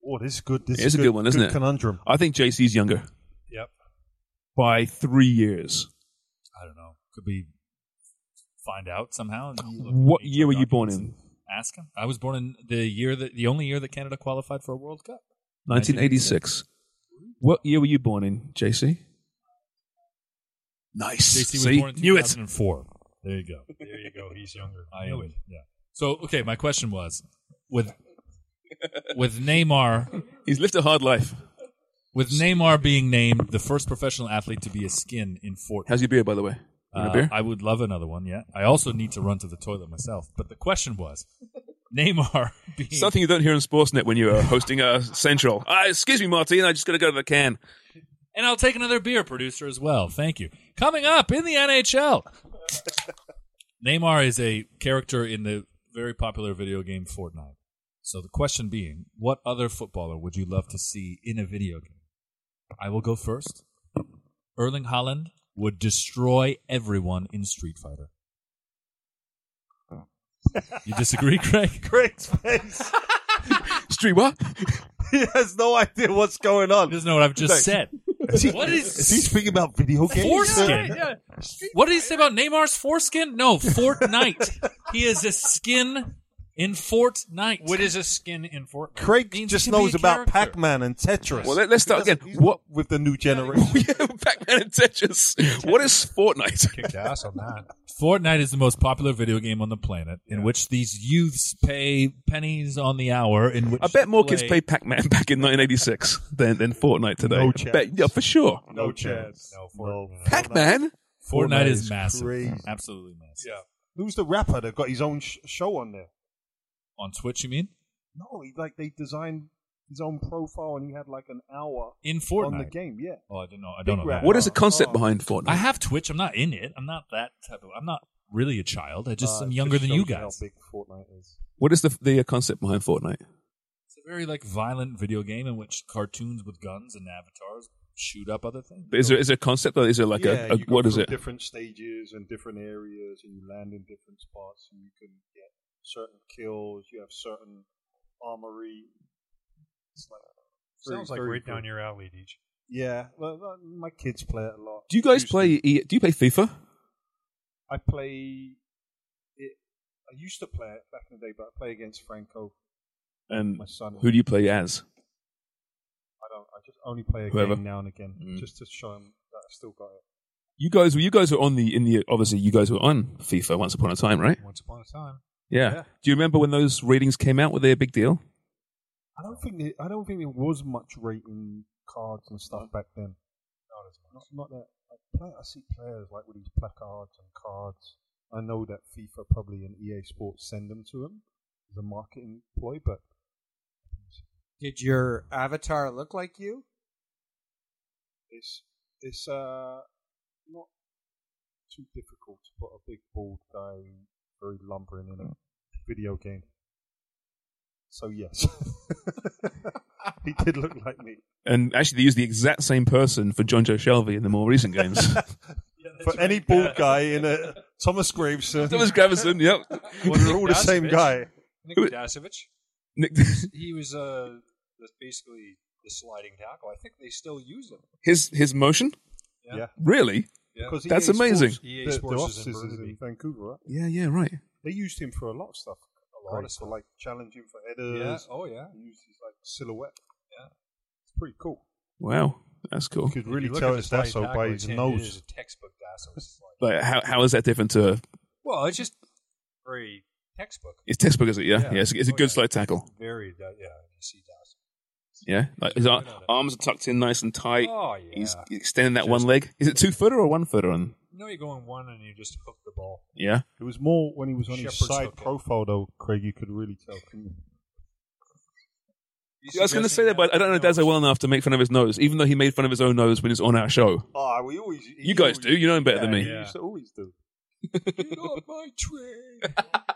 Oh, this is good. This it's is a good, one, isn't it? (laughs) Conundrum. I think JC's younger Yep. by three years. I don't know. Could be find out somehow. What year were you born in? Ask him. I was born in the year that the only year that Canada qualified for a World Cup. 1986. What year were you born in, JC? Nice. JC was See? born in Knew it. 2004. There you go. There you go. He's younger. I Knew am. it. Yeah. So okay, my question was with with Neymar. He's lived a hard life. With Neymar being named the first professional athlete to be a skin in Fortnite. How's your beer, by the way? Want a Uh, beer? I would love another one. Yeah. I also need to run to the toilet myself. But the question was, Neymar (laughs) being Something you don't hear on Sportsnet when you're uh, hosting uh, Central. Uh, excuse me, Martin. I just got to go to the can. And I'll take another beer, producer, as well. Thank you. Coming up in the (laughs) NHL, Neymar is a character in the very popular video game Fortnite. So the question being, what other footballer would you love to see in a video game? I will go first. Erling Haaland would destroy everyone in Street Fighter. Oh. You disagree, Craig? (laughs) Craig's face. Street what? he has no idea what's going on. He doesn't know what I've just Like, said. Is he, What is- is he speaking about video (laughs) games? Foreskin. What did he say about Neymar's foreskin? No, Fortnite. he is a skin in Fortnite. What is a skin in Fortnite? Craig Means just he can be knows a about character. Pac-Man and Tetris. Well, let, us start again. He's What? with (laughs) the new generation? Pac-Man and Tetris. What is Fortnite? Kicked ass on that. Fortnite is the most popular video game on the planet, in which these youths pay pennies on the hour. In which I bet more kids play- played Pac-Man back in 1986 than, than Fortnite today. No chance. Bet- yeah, for sure. no chance. No, Pac-Man? Fortnite, Fortnite is, is massive, crazy. absolutely massive. Yeah. Who's the rapper that got his own sh- show on there? On Twitch, you mean? No, he like they designed his own profile and he had like an hour In Fortnite? on the game. Yeah, Oh, I don't know. I don't know. Big That. rap. What is the concept Oh. behind Fortnite? I have Twitch. I'm not in it. I'm not that type of. I'm not really a child. I Uh, just am younger than you guys. How big Fortnite is? what is the the uh, concept behind Fortnite? It's a very like violent video game in which cartoons with guns and avatars shoot up other things. Is there is there a concept or is there like yeah, a, a you go what is through it? Different stages and different areas, and you land in different spots, and you can get certain kills. You have certain armory. It's like Sounds like very right cool. down your alley, Deej. Yeah, well, uh, my kids play it a lot. Do you guys Used to. play? E- Do you play FIFA? I play it. I used to play it back in the day, but I play against Franco, And my son. who do you play as? I don't. I just only play a Whoever. game now and again, Mm. just to show him that I've still got it. You guys, well, you guys were on the in the obviously you guys were on FIFA once upon a time, right? Once upon a time. Yeah. Yeah. Do you remember when those ratings came out? Were they a big deal? I don't think. There, I don't think there was much rating cards and stuff back then. Not as much. Not, not that. I, play, I see players like with these placards and cards. I know that FIFA probably and EA Sports send them to them as a marketing ploy, but Did your avatar look like you? it's it's uh not too difficult to put a big bald guy very lumbering in Hmm. a video game. So yes, (laughs) he did look like me And actually, they used the exact same person for John Joe Shelby in the more recent (laughs) games. (laughs) for any bald guy in a Thomas Graves. uh, Thomas Gravison, (laughs) yep. We're all the same Dasovich. guy. Nick Who- Dasovich. Nick, (laughs) He was uh, that's basically the sliding tackle. I think they still use him. his his motion, Yeah. Yeah. really? Yeah. Because That's EA Sports- amazing. EA the- Sports their is in offices is Burnaby. in Vancouver, right? Yeah, yeah, right. They used him for a lot of stuff. A lot of for stuff. like challenging for yeah. headers. Oh yeah. They used his like silhouette. Yeah. It's pretty cool. Wow, that's cool. You could If really you look tell at it's the sliding Dasso tackle, by it's his him. It is nose. a textbook Dasso slide. Like, how how is that different to Well, it's just very textbook. It's textbook, is it? Yeah, yeah. it's, it's a Oh, good slide tackle. Very, uh, yeah. You see that. Yeah, like his ar- arms are tucked in nice and tight. Oh, yeah. He's extending that one leg. Is it two footer or one footer on? No, you go in one and you just hook the ball. Yeah. It was more when he was on his Shepherd's side hook, yeah. profile, though, Craig. You could really tell. Couldn't you? I was going to say that, but I don't know Dazza well enough to make fun of his nose, even though he made fun of his own nose when he's on our show. Oh, we always. You guys do. You know him better than me. You used to always do. Get off my train. (laughs)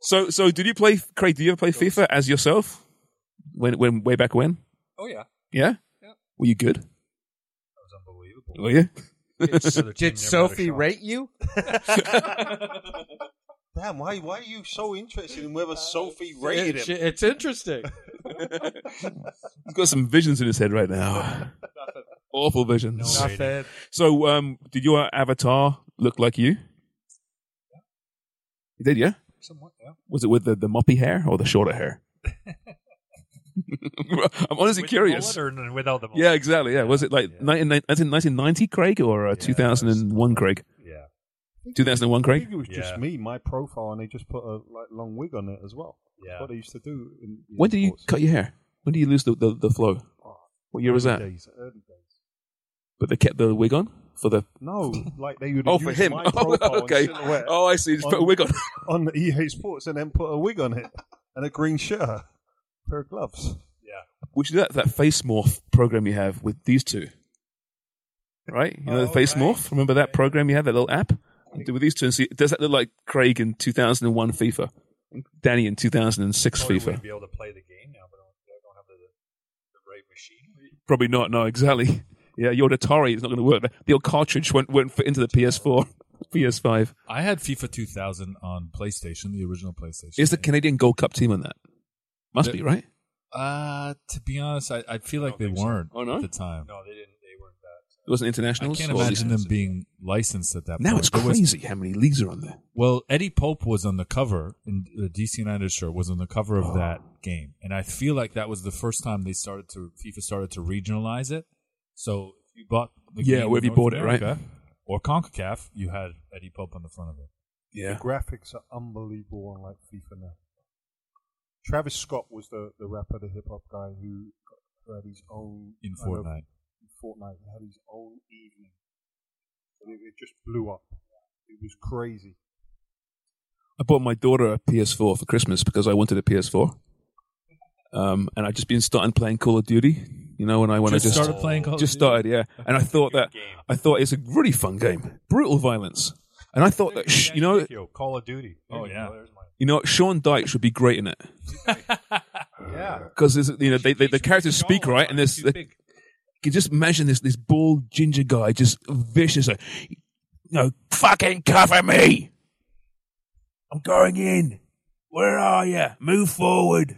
So, so did you play, Craig? Did you ever play FIFA as yourself? When, when, way back when? Oh yeah. Yeah. Yeah. Were you good? That was unbelievable. Were you? Did Sophie rate you? Damn, why, why are you so interested in whether Sophie rated It's, him? it's interesting. (laughs) He's got some visions in his head right now. Awful visions. No Nothing. rating. So, um, did your avatar look like you? It did, yeah. Somewhat, yeah. Was it with the, the moppy hair or the shorter hair? (laughs) I'm honestly With the curious. mullet or n- without the mullet? yeah, exactly. Yeah, was it like 19, that's in 1990, Craig, or uh, 2001, Craig? Yeah. 2001, I Craig. think it was just me, my profile, and they just put a like long wig on it as well. That's Yeah. What they used to do. In, in When did you sports. cut your hair? When did you lose the, the, the flow? Oh, What year was Early that? Days, early days. But they kept the wig on for the No, like they would. (laughs) Oh, for use him. My Oh, profile and okay. silhouette Oh, I see. Just put a wig on. (laughs) on the EA Sports, and then put a wig on it (laughs) and a green shirt, pair of gloves. We should do that, that face morph program you have with these two. Right? You know Oh, the face morph? Remember that program you had, that little app? Do with these two and see does that look like Craig in two thousand and one FIFA? Danny in two thousand and six Probably FIFA. wouldn't be able to play the game now, but I don't, I don't have the, the right machine. Probably not, no, exactly. (laughs) Yeah, your Atari is not gonna work. The old cartridge won't won't fit into the PS four. (laughs) PS five. I had FIFA 2000 on PlayStation, the original PlayStation. Is the Canadian Gold Cup team on that? Must be, right? Uh, to be honest, I, I feel like they weren't Oh, at the time. No, they didn't. They weren't that. It wasn't I internationals. can't Or- imagine them being licensed at that point. Now it's There was- crazy how many leagues are on there. Well, Eddie Pope was on the cover, and the DC United shirt was on the cover of that game, and I feel like that was the first time they started to FIFA started to regionalize it. So if you bought the Yeah, game wherever in you North bought it, right? America, or Concacaf, you had Eddie Pope on the front of it. Yeah. The graphics are unbelievable on like FIFA now. Travis Scott was the, the rapper, the hip hop guy who, who had his own In kind of- Fortnite. in Fortnite, he had his own evening, and it, it just blew up. It was crazy. I bought my daughter a PS4 for Christmas because I wanted a PS4. Um, and I'd just been starting playing Call of Duty, you know, when I when Just I just started playing Call of just Duty? started, yeah. And I thought that I thought it's a really fun game, brutal violence. And I thought that sh- you know Yo, Call of Duty. Oh yeah. There's my you know Sean Dyke should be great in it yeah. because you know they, they, the characters speak right, and there's they, you just imagine this this bald ginger guy just vicious, like, you know, fucking cover me. I'm going in. Where are you? Move forward.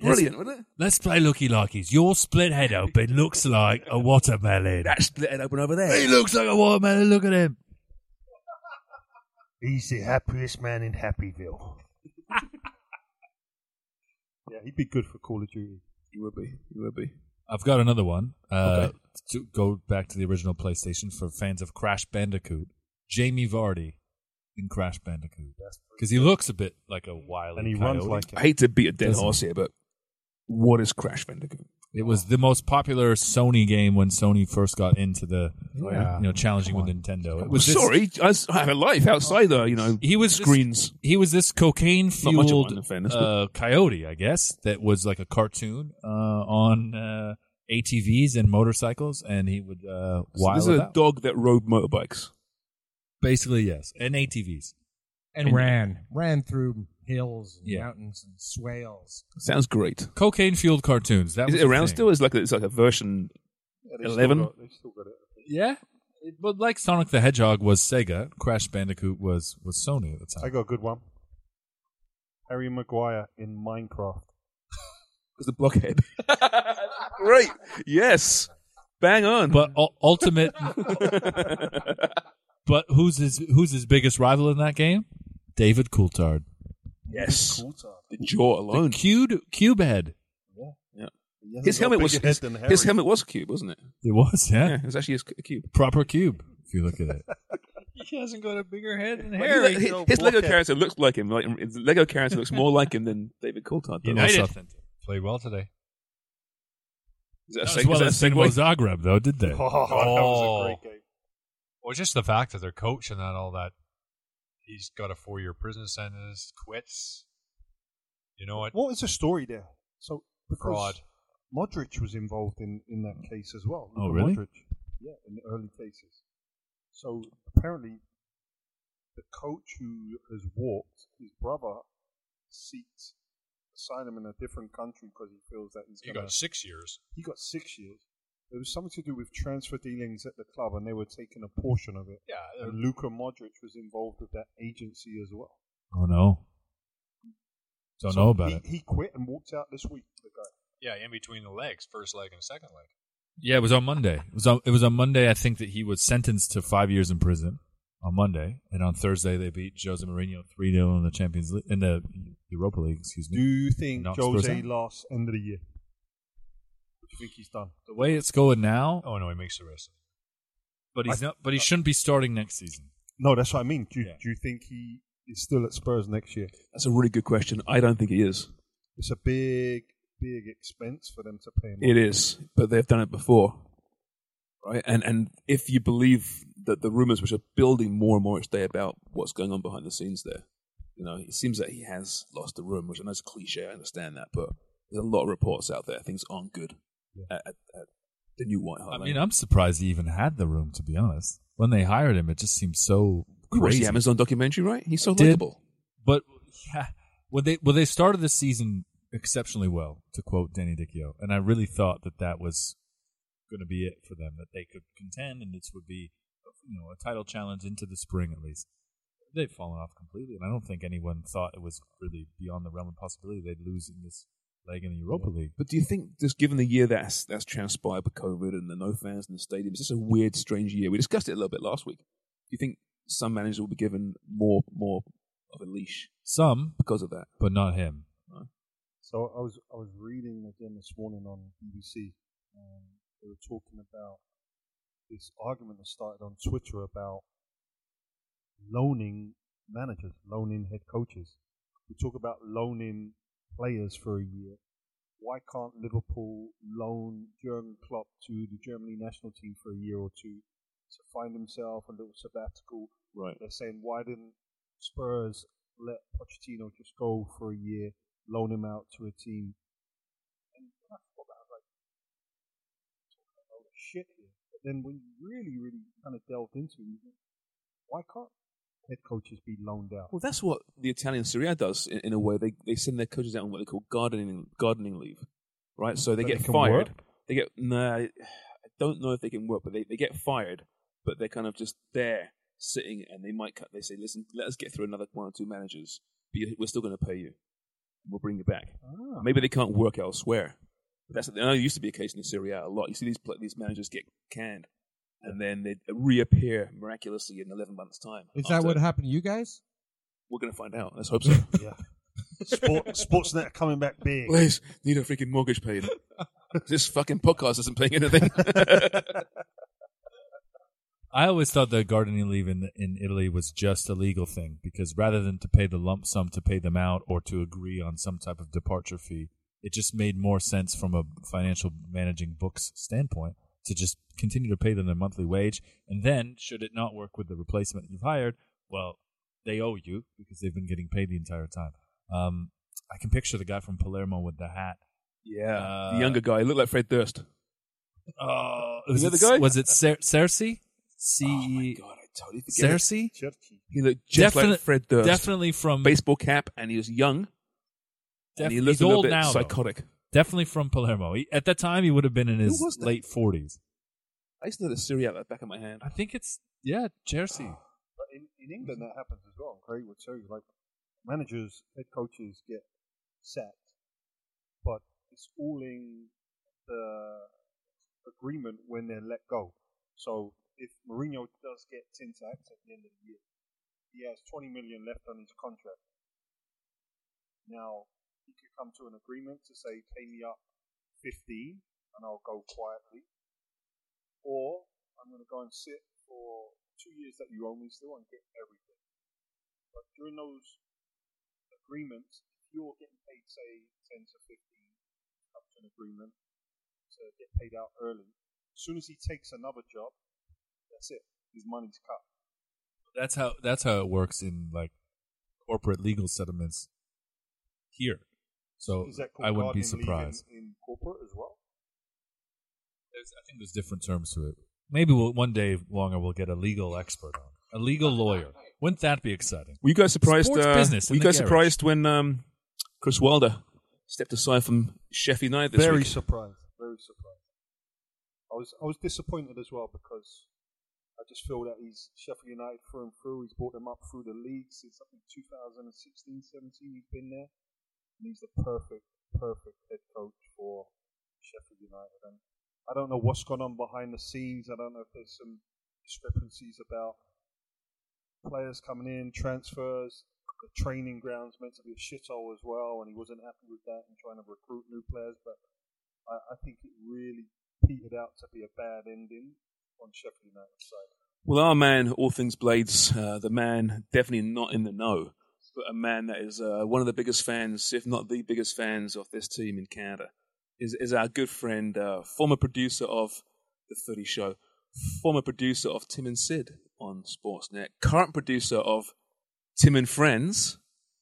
Brilliant, wasn't it? Let's play looky likeys. Your split head open looks like a watermelon. That split head open over there. He looks like a watermelon. Look at him. He's the happiest man in Happyville. (laughs) yeah, he'd be good for Call of Duty. You would be. You would be. I've got another one. Uh, Okay. To go back to the original PlayStation for fans of Crash Bandicoot, Jamie Vardy in Crash Bandicoot because he looks a bit like a wily And he coyote. runs like it. I hate to beat a dead Doesn't- horse here, but what is Crash Bandicoot? It was the most popular Sony game when Sony first got into the Oh, yeah. you know challenging with Nintendo. It Well, was this- sorry, I s- I have a life outside the you know he was this- screens. he was this cocaine Not much of one, fueled in fairness, but- uh, coyote, I guess, that was like a cartoon uh, on uh, ATVs and motorcycles, and he would uh, So wild this is a about. dog that rode motorbikes. Basically, yes, and ATVs. And ran, ran through hills and Yeah. mountains and swales. Sounds great. Cocaine fueled cartoons. That Is was it the around thing. still? It's like it's like a version eleven. They still got it. Yeah, It- but like Sonic the Hedgehog was Sega, Crash Bandicoot was was Sony at the I time. got a good one. Harry Maguire in Minecraft. It's the blockhead. (laughs) Great. Yes. Bang on. (laughs) But ul- ultimate, (laughs) but who's his who's his biggest rival in that game? David Coulthard, yes. The jaw the alone. cubed cube head. He hasn't His got helmet bigger was head his, than his Harry. helmet was a cube, wasn't it? It was yeah, Yeah, it was actually his c- cube. proper cube if you look at it. He hasn't got a bigger head than Like, Harry. his- his, his Lego character looks like him. Like his Lego character looks more like him than David Coulthard. does. Played well today. Is that a Not seg- as well is that a as Dinamo segue? Zagreb, though, did (laughs) they? Oh, Oh. was a great game. Oh. Well, just the fact that their coach and that all that, he's got a four-year prison sentence, quits. You know what? What is the story there? So because Fraud. Modric was involved in, in that case as well. Oh, really? Modric, yeah, in the early cases. So apparently, the coach who has walked his brother seeks asylum in a different country because he feels that he's He gonna- got six years. He got six years. It was something to do with transfer dealings at the club, and they were taking a portion of it. Yeah, uh, and Luka Modric was involved with that agency as well. Oh no, don't So know about he, it. He quit and walked out this week. The guy. Yeah, in between the legs, first leg and second leg. Yeah, it was on Monday. It was on, it was on Monday. I think that he was sentenced to five years in prison on Monday, and on Thursday they beat Jose Mourinho three 0 in the Champions League in the Europa League. Excuse me. Do you think Not Jose Spurs. lasts end of the year? What do you think he's done? the way it's going now? Oh no, he makes the rest. But he's I- not. But he shouldn't be starting next season. No, that's what I mean. Do you, do you think he is still at Spurs next year? That's a really good question. I don't think he is. It's a big, big expense for them to pay him. It is, but they've done it before, right? And and if you believe that the rumors which are building more and more each day about what's going on behind the scenes there, you know, it seems that he has lost the room, which I know is cliche. I understand that, but there's a lot of reports out there things aren't good at, at, at the new Oh, White Hart I Lane. mean, I'm surprised he even had the room to be honest. When they hired him, it just seemed so You watched crazy. the Amazon documentary, right? He's so I did. likable. But yeah, well, they well they started the season exceptionally well, to quote Danny Dicchio, and I really thought that that was going to be it for them, that they could contend, and this would be you know a title challenge into the spring at least. They've fallen off completely, and I don't think anyone thought it was really beyond the realm of possibility they'd lose in this leg in the Europa League. But do you think, just given the year that's that's transpired with COVID and the no fans in the stadium, it's just a weird, strange year. We discussed it a little bit last week. Do you think some managers will be given more more of a leash Some, because of that? but not him. So I was I was reading again this morning on BBC, and they were talking about this argument that started on Twitter about loaning managers, loaning head coaches. We talk about loaning players for a year. Why can't Liverpool loan Jurgen Klopp to the Germany national team for a year or two to find himself a little sabbatical? Right. They're saying why didn't Spurs let Pochettino just go for a year, loan him out to a team? And I thought about it, like, talking about shit here. But then when you really, really kind of delved into it, you think, why can't head coaches be loaned out? Well, that's what the Italian Serie A does in, in a way. They they send their coaches out on what they call gardening gardening leave, right? So they But get they can fired. work? They get nah. I don't know if they can work, but they, they get fired. But they're kind of just there sitting, and they might cut. They say, "Listen, let us get through another one or two managers, but you- we're still going to pay you. We'll bring you back." Ah. Maybe they can't work elsewhere. But that's I know it used to be a case in the Serie A a lot. You see these pla- these managers get canned, and then they reappear miraculously in eleven months' time. Is that after- what happened to you guys? We're going to find out. Let's hope (laughs) so. yeah. (laughs) Sport, Sportsnet are coming back big. Please need a freaking mortgage paid. (laughs) this fucking podcast isn't paying (laughs) anything. Uh, I always thought that gardening leave in in Italy was just a legal thing because rather than to pay the lump sum to pay them out or to agree on some type of departure fee, it just made more sense from a financial managing books standpoint to just continue to pay them their monthly wage and then should it not work with the replacement you've hired, well, they owe you because they've been getting paid the entire time. Um, I can picture the guy from Palermo with the hat. yeah, Uh, the younger guy he looked like Fred Durst. Oh, You was know it, Uh, the guy? Oh Was it Cer- Cersei? C E. God, I totally forget. it. Cersei? He looked just Definite- like Fred Durst. Definitely from baseball cap, and he was young. Def- and he looked he's a little old bit now, though. psychotic. Definitely from Palermo. He, at that time, he would have been in his Who was that? late forties. I used to have the Syria at the back of my hand. I think it's yeah, Jersey. But in, in England, that happens as well. Craig would tell you, like managers, head coaches get sacked, but it's all in the agreement when they're let go. So if Mourinho does get tin tacked at the end of the year, he has 20 million left on his contract. Now he could come to an agreement to say, pay me up 15, and I'll go quietly, or I'm going to go and sit for two years that you own me, still, I can get everything. But during those agreements, if you're getting paid, say, 10 to 15, up to an agreement to get paid out early, as soon as he takes another job, that's it. His money's cut. That's how that's how it works in like corporate legal settlements here. So Is that called I wouldn't be gardening leave surprised. In, in corporate as well? There's, I think there's different terms to it. Maybe we'll, one day longer we'll get a legal expert on it. a legal lawyer. Wouldn't that be exciting? Were you guys surprised? Sports uh, business. Were in you the guys garage. surprised when um, Chris Wilder stepped aside from Chef United this very week? surprised. Very surprised. I was I was disappointed as well because I just feel that he's Sheffield United through and through. He's brought them up through the league since I think 2016, 17. He's been there, and he's the perfect, perfect head coach for Sheffield United. And I don't know what's gone on behind the scenes. I don't know if there's some discrepancies about players coming in, transfers. The training ground's meant to be a shithole as well, and he wasn't happy with that and trying to recruit new players. But I, I think it really petered out to be a bad ending on Sheffield United's side. Well, our man, all things Blades, uh, the man definitely not in the know, but a man that is uh, one of the biggest fans, if not the biggest fans of this team in Canada, is, is our good friend, uh, former producer of The Footy Show, former producer of Tim and Sid on Sportsnet, current producer of Tim and Friends,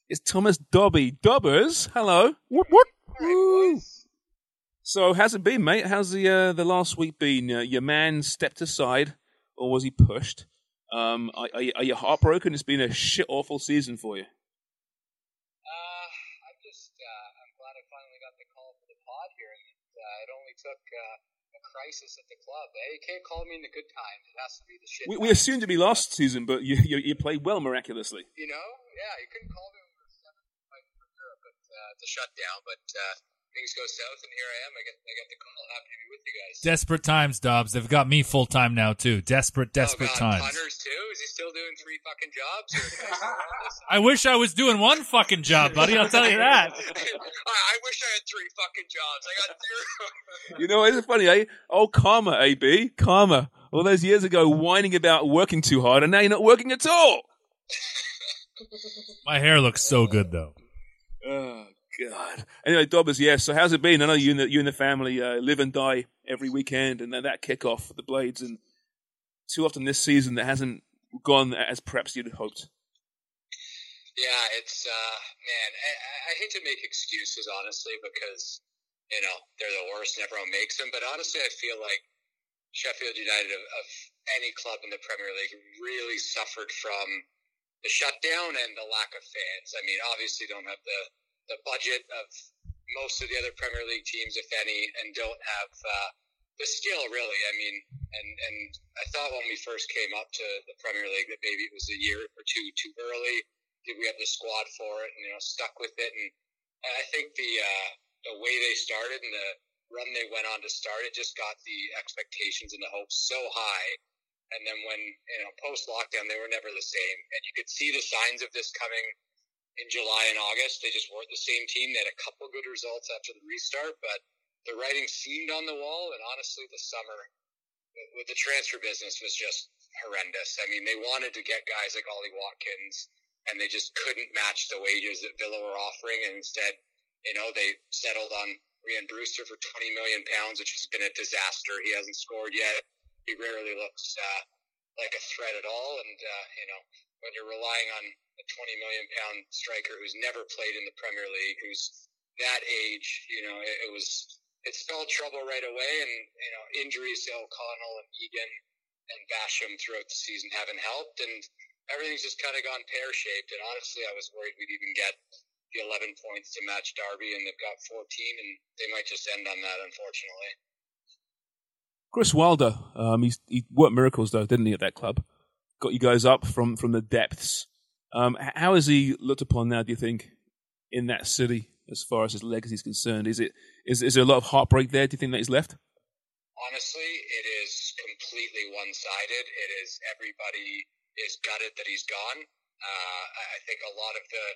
is Thomas Dobby. Dobbers, hello. What? what? So, how's it been, mate? How's the uh, the last week been? Uh, your man stepped aside, or was he pushed? Um, are, are, you, are you heartbroken? It's been a shit awful season for you. Uh, I'm just, uh, I'm glad I finally got the call for the pod here, and uh, it only took uh, a crisis at the club. Eh? You can't call me in the good times. It has to be the shit. We, we times. assumed it'd be last season, but you, you you played well miraculously. You know, yeah, you couldn't call me when we were seventh fighting for Europe, but uh, the shutdown. But uh, things go south, and here I am. I got, I got the call. Happy to be with you guys. Desperate times, Dobbs. They've got me full time now too. Desperate, desperate oh, God, times. Hunters too. Is he still doing three fucking jobs? Or I wish I was doing one fucking job, buddy. I'll tell you I, I that. wish I had three fucking jobs. I got zero. You know, it's funny, eh? Oh, karma, AB, karma. All those years ago, whining about working too hard, and now you're not working at all. My hair looks so good though. Oh God. Anyway, Dobbers, yes. so how's it been? I know you and the, you and the family uh, live and die every weekend, and then that kickoff for the Blades, and too often this season that hasn't gone as perhaps you'd hoped. Yeah, it's uh, man. I, I- I hate to make excuses, honestly, because you know they're the worst, and everyone makes them. But honestly, I feel like Sheffield United, of, of any club in the Premier League, really suffered from the shutdown and the lack of fans. I mean, obviously, don't have the the budget of most of the other Premier League teams, if any, and don't have uh, the skill really. I mean, and and I thought when we first came up to the Premier League that maybe it was a year or two too early. Did we have the squad for it? And you know, stuck with it. And I I think the uh, the way they started and the run they went on to start it just got the expectations and the hopes so high. And then when you know post lockdown, they were never the same. And you could see the signs of this coming in July and August. They just weren't the same team. They had a couple good results after the restart, but the writing seemed on the wall. And honestly, the summer with- with the transfer business was just horrendous. I mean, they wanted to get guys like Ollie Watkins, and they just couldn't match the wages that Villa were offering. And instead, you know, they settled on Ryan Brewster for 20 million pounds, which has been a disaster. He hasn't scored yet. He rarely looks uh, like a threat at all. And, uh, you know, when you're relying on a 20 million pound striker who's never played in the Premier League, who's that age, you know, it, it was it spelled trouble right away. And you know, injuries to O'Connell and Egan and Basham throughout the season haven't helped, and everything's just kind of gone pear shaped. And honestly, I was worried we'd even get the 11 points to match Derby, and they've got 14, and they might just end on that, unfortunately. Chris Wilder, um, he's, he worked miracles though, didn't he, at that club? Got you guys up from from the depths. Um, h- how is he looked upon now? Do you think in that city, as far as his legacy is concerned, is it is is there a lot of heartbreak there? Do you think that he's left? honestly, it is completely one sided. It is everybody is gutted that he's gone. Uh, I I think a lot of the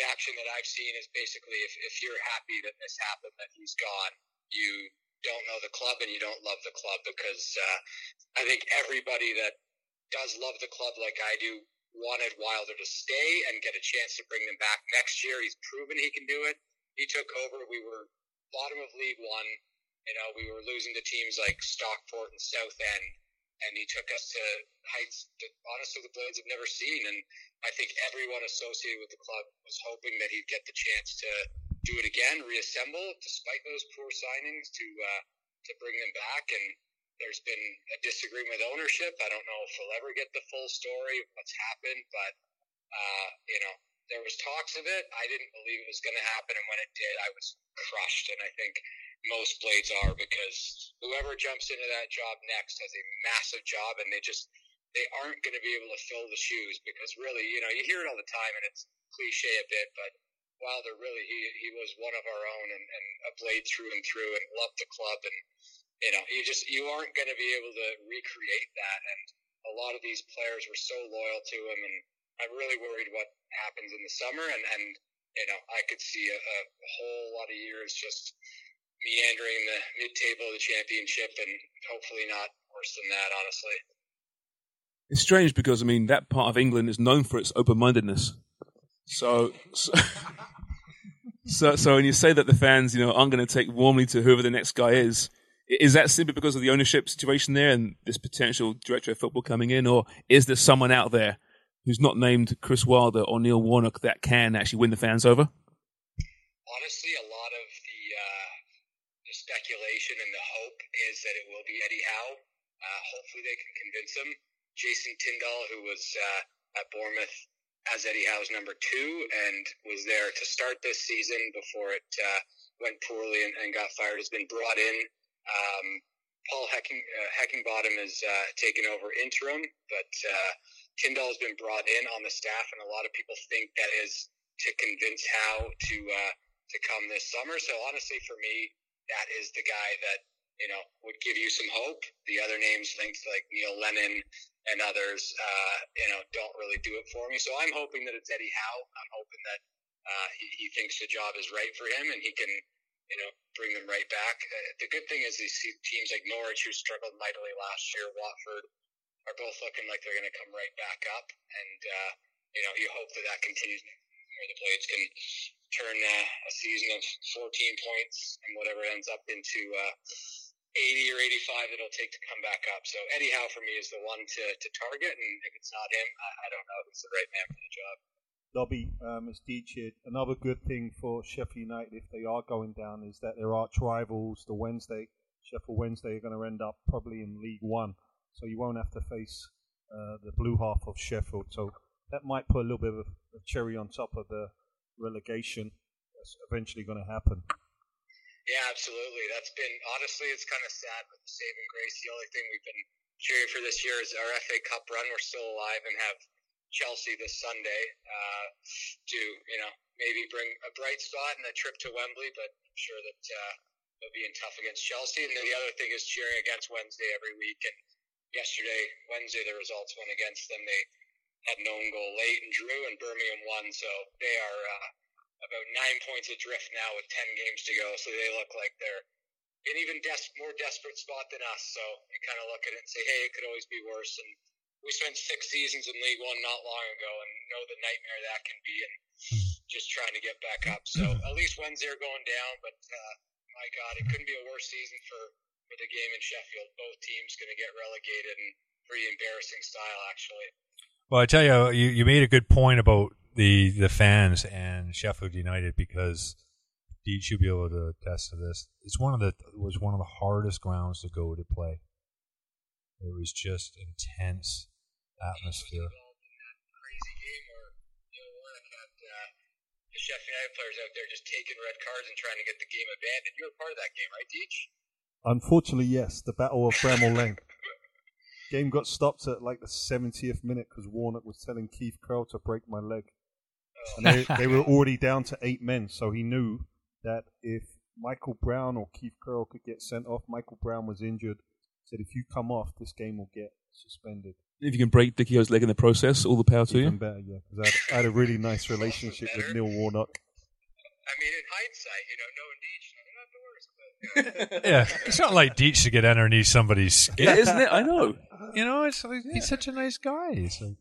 reaction that I've seen is basically if, if you're happy that this happened, that he's gone, you don't know the club and you don't love the club because uh, I think everybody that does love the club like I do wanted Wilder to stay and get a chance to bring them back next year. He's proven he can do it. He took over. We were bottom of League One. You know, we were losing to teams like Stockport and Southend, and he took us to heights that honestly the Blades have never seen. And I think everyone associated with the club was hoping that he'd get the chance to do it again, reassemble despite those poor signings to uh, to bring them back. And there's been a disagreement with ownership. I don't know if we'll ever get the full story of what's happened, but uh, you know there was talks of it. I didn't believe it was going to happen, and when it did, I was crushed. And I think most blades are because whoever jumps into that job next has a massive job, and they just they aren't going to be able to fill the shoes because really, you know, you hear it all the time, and it's cliche a bit, but Wilder really he he was one of our own and, and a blade through and through, and loved the club, and you know, you just you aren't going to be able to recreate that, and a lot of these players were so loyal to him and. I'm really worried what happens in the summer, and, and you know I could see a, a whole lot of years just meandering the mid-table of the championship, and hopefully not worse than that. Honestly, It's strange because I mean that part of England is known for its open-mindedness. So, so, (laughs) so, so when you say that the fans, you know, aren't going to take warmly to whoever the next guy is, i- is that simply because of the ownership situation there and this potential director of football coming in, or is there someone out there who's not named Chris Wilder or Neil Warnock that can actually win the fans over? honestly, a lot of the uh, the speculation and the hope is that it will be Eddie Howe. Uh, hopefully, they can convince him. Jason Tyndall, who was uh, at Bournemouth as Eddie Howe's number two and was there to start this season before it uh, went poorly and, and got fired, has been brought in. Um, Paul Hecking, uh, Heckingbottom has uh, taken over interim, but uh, Tyndall has been brought in on the staff, and a lot of people think that is to convince Howe to uh, to come this summer. So honestly, for me, that is the guy that you know would give you some hope. The other names, things like Neil Lennon and others, uh, you know, don't really do it for me. So I'm hoping that it's Eddie Howe. I'm hoping that uh, he, he thinks the job is right for him and he can, you know, bring them right back. Uh, the good thing is these teams like Norwich, who struggled mightily last year, Watford, are both looking like they're going to come right back up. And uh, you know, you hope that that continues. Where the Blades can turn uh, a season of 14 points and whatever ends up into uh, 80 or 85 it'll take to come back up. So Eddie Howe for me is the one to, to target, and if it's not him, I, I don't know who's the right man for the job. Dobby, um, as Deej said, another good thing for Sheffield United if they are going down is that their arch rivals, the Wednesday, Sheffield Wednesday, are going to end up probably in League One. So you won't have to face uh, the blue half of Sheffield. So that might put a little bit of a cherry on top of the relegation that's eventually going to happen. Yeah, absolutely. That's been honestly, it's kind of sad, but the saving grace. The only thing we've been cheering for this year is our FA Cup run. We're still alive and have Chelsea this Sunday uh, to you know maybe bring a bright spot and a trip to Wembley, but I'm sure that uh, they'll be in tough against Chelsea. And then the other thing is cheering against Wednesday every week. And yesterday, Wednesday, the results went against them. They had an own goal late and drew, and Birmingham won. So they are. Uh, about nine points adrift now with ten games to go, so they look like they're in an even des- more desperate spot than us. So you kind of look at it and say, hey, it could always be worse. And we spent six seasons in League One not long ago, and know the nightmare that can be, and just trying to get back up. So at least Wednesday are going down, but uh, my God, it couldn't be a worse season for for the game in Sheffield. Both teams going to get relegated, and pretty embarrassing style actually. Well, I tell you, you, you made a good point about the, the fans and Sheffield United because you should be able to attest to this. It's one of the it was one of the hardest grounds to go to play. It was just intense atmosphere. crazy game where you know Warnock had uh, the Sheffield United players out there just taking red cards and trying to get the game abandoned. You were part of that game, right, Deech? Unfortunately, yes, the Battle of Bramall Lane. Game got stopped at like the 70th minute because Warnock was telling Keith Curl to break my leg. And they, they were already down to eight men, so he knew that if Michael Brown or Keith Curl could get sent off, Michael Brown was injured. Said if you come off, this game will get suspended. If you can break Dickio's leg in the process, all the power to you. Even better, yeah, 'cause I, had- I had a really nice relationship with Neil Warnock. I mean, in hindsight, you know, no Deech, no, not the worst, but yeah, it's not like Deitch to get underneath somebody's skin, Yeah, isn't it? I know. You know, it's like, he's such a nice guy. It's like,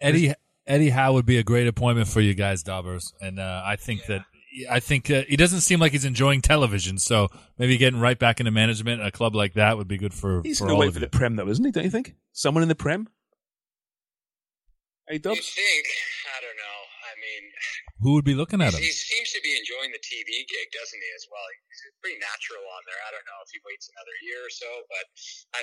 Eddie Eddie Howe would be a great appointment for you guys, Dobbers, and uh, I think that I think uh, he doesn't seem like he's enjoying television. So maybe getting right back into management at a club like that would be good for. He's for going to all wait of for you. the Prem, though, isn't he? Don't you think? Someone in the Prem? Hey, You Dubs? think? I don't know. I mean, Who would be looking at him? he seems to be enjoying the TV gig, doesn't he? As well, he's pretty natural on there. I don't know if he waits another year or so, but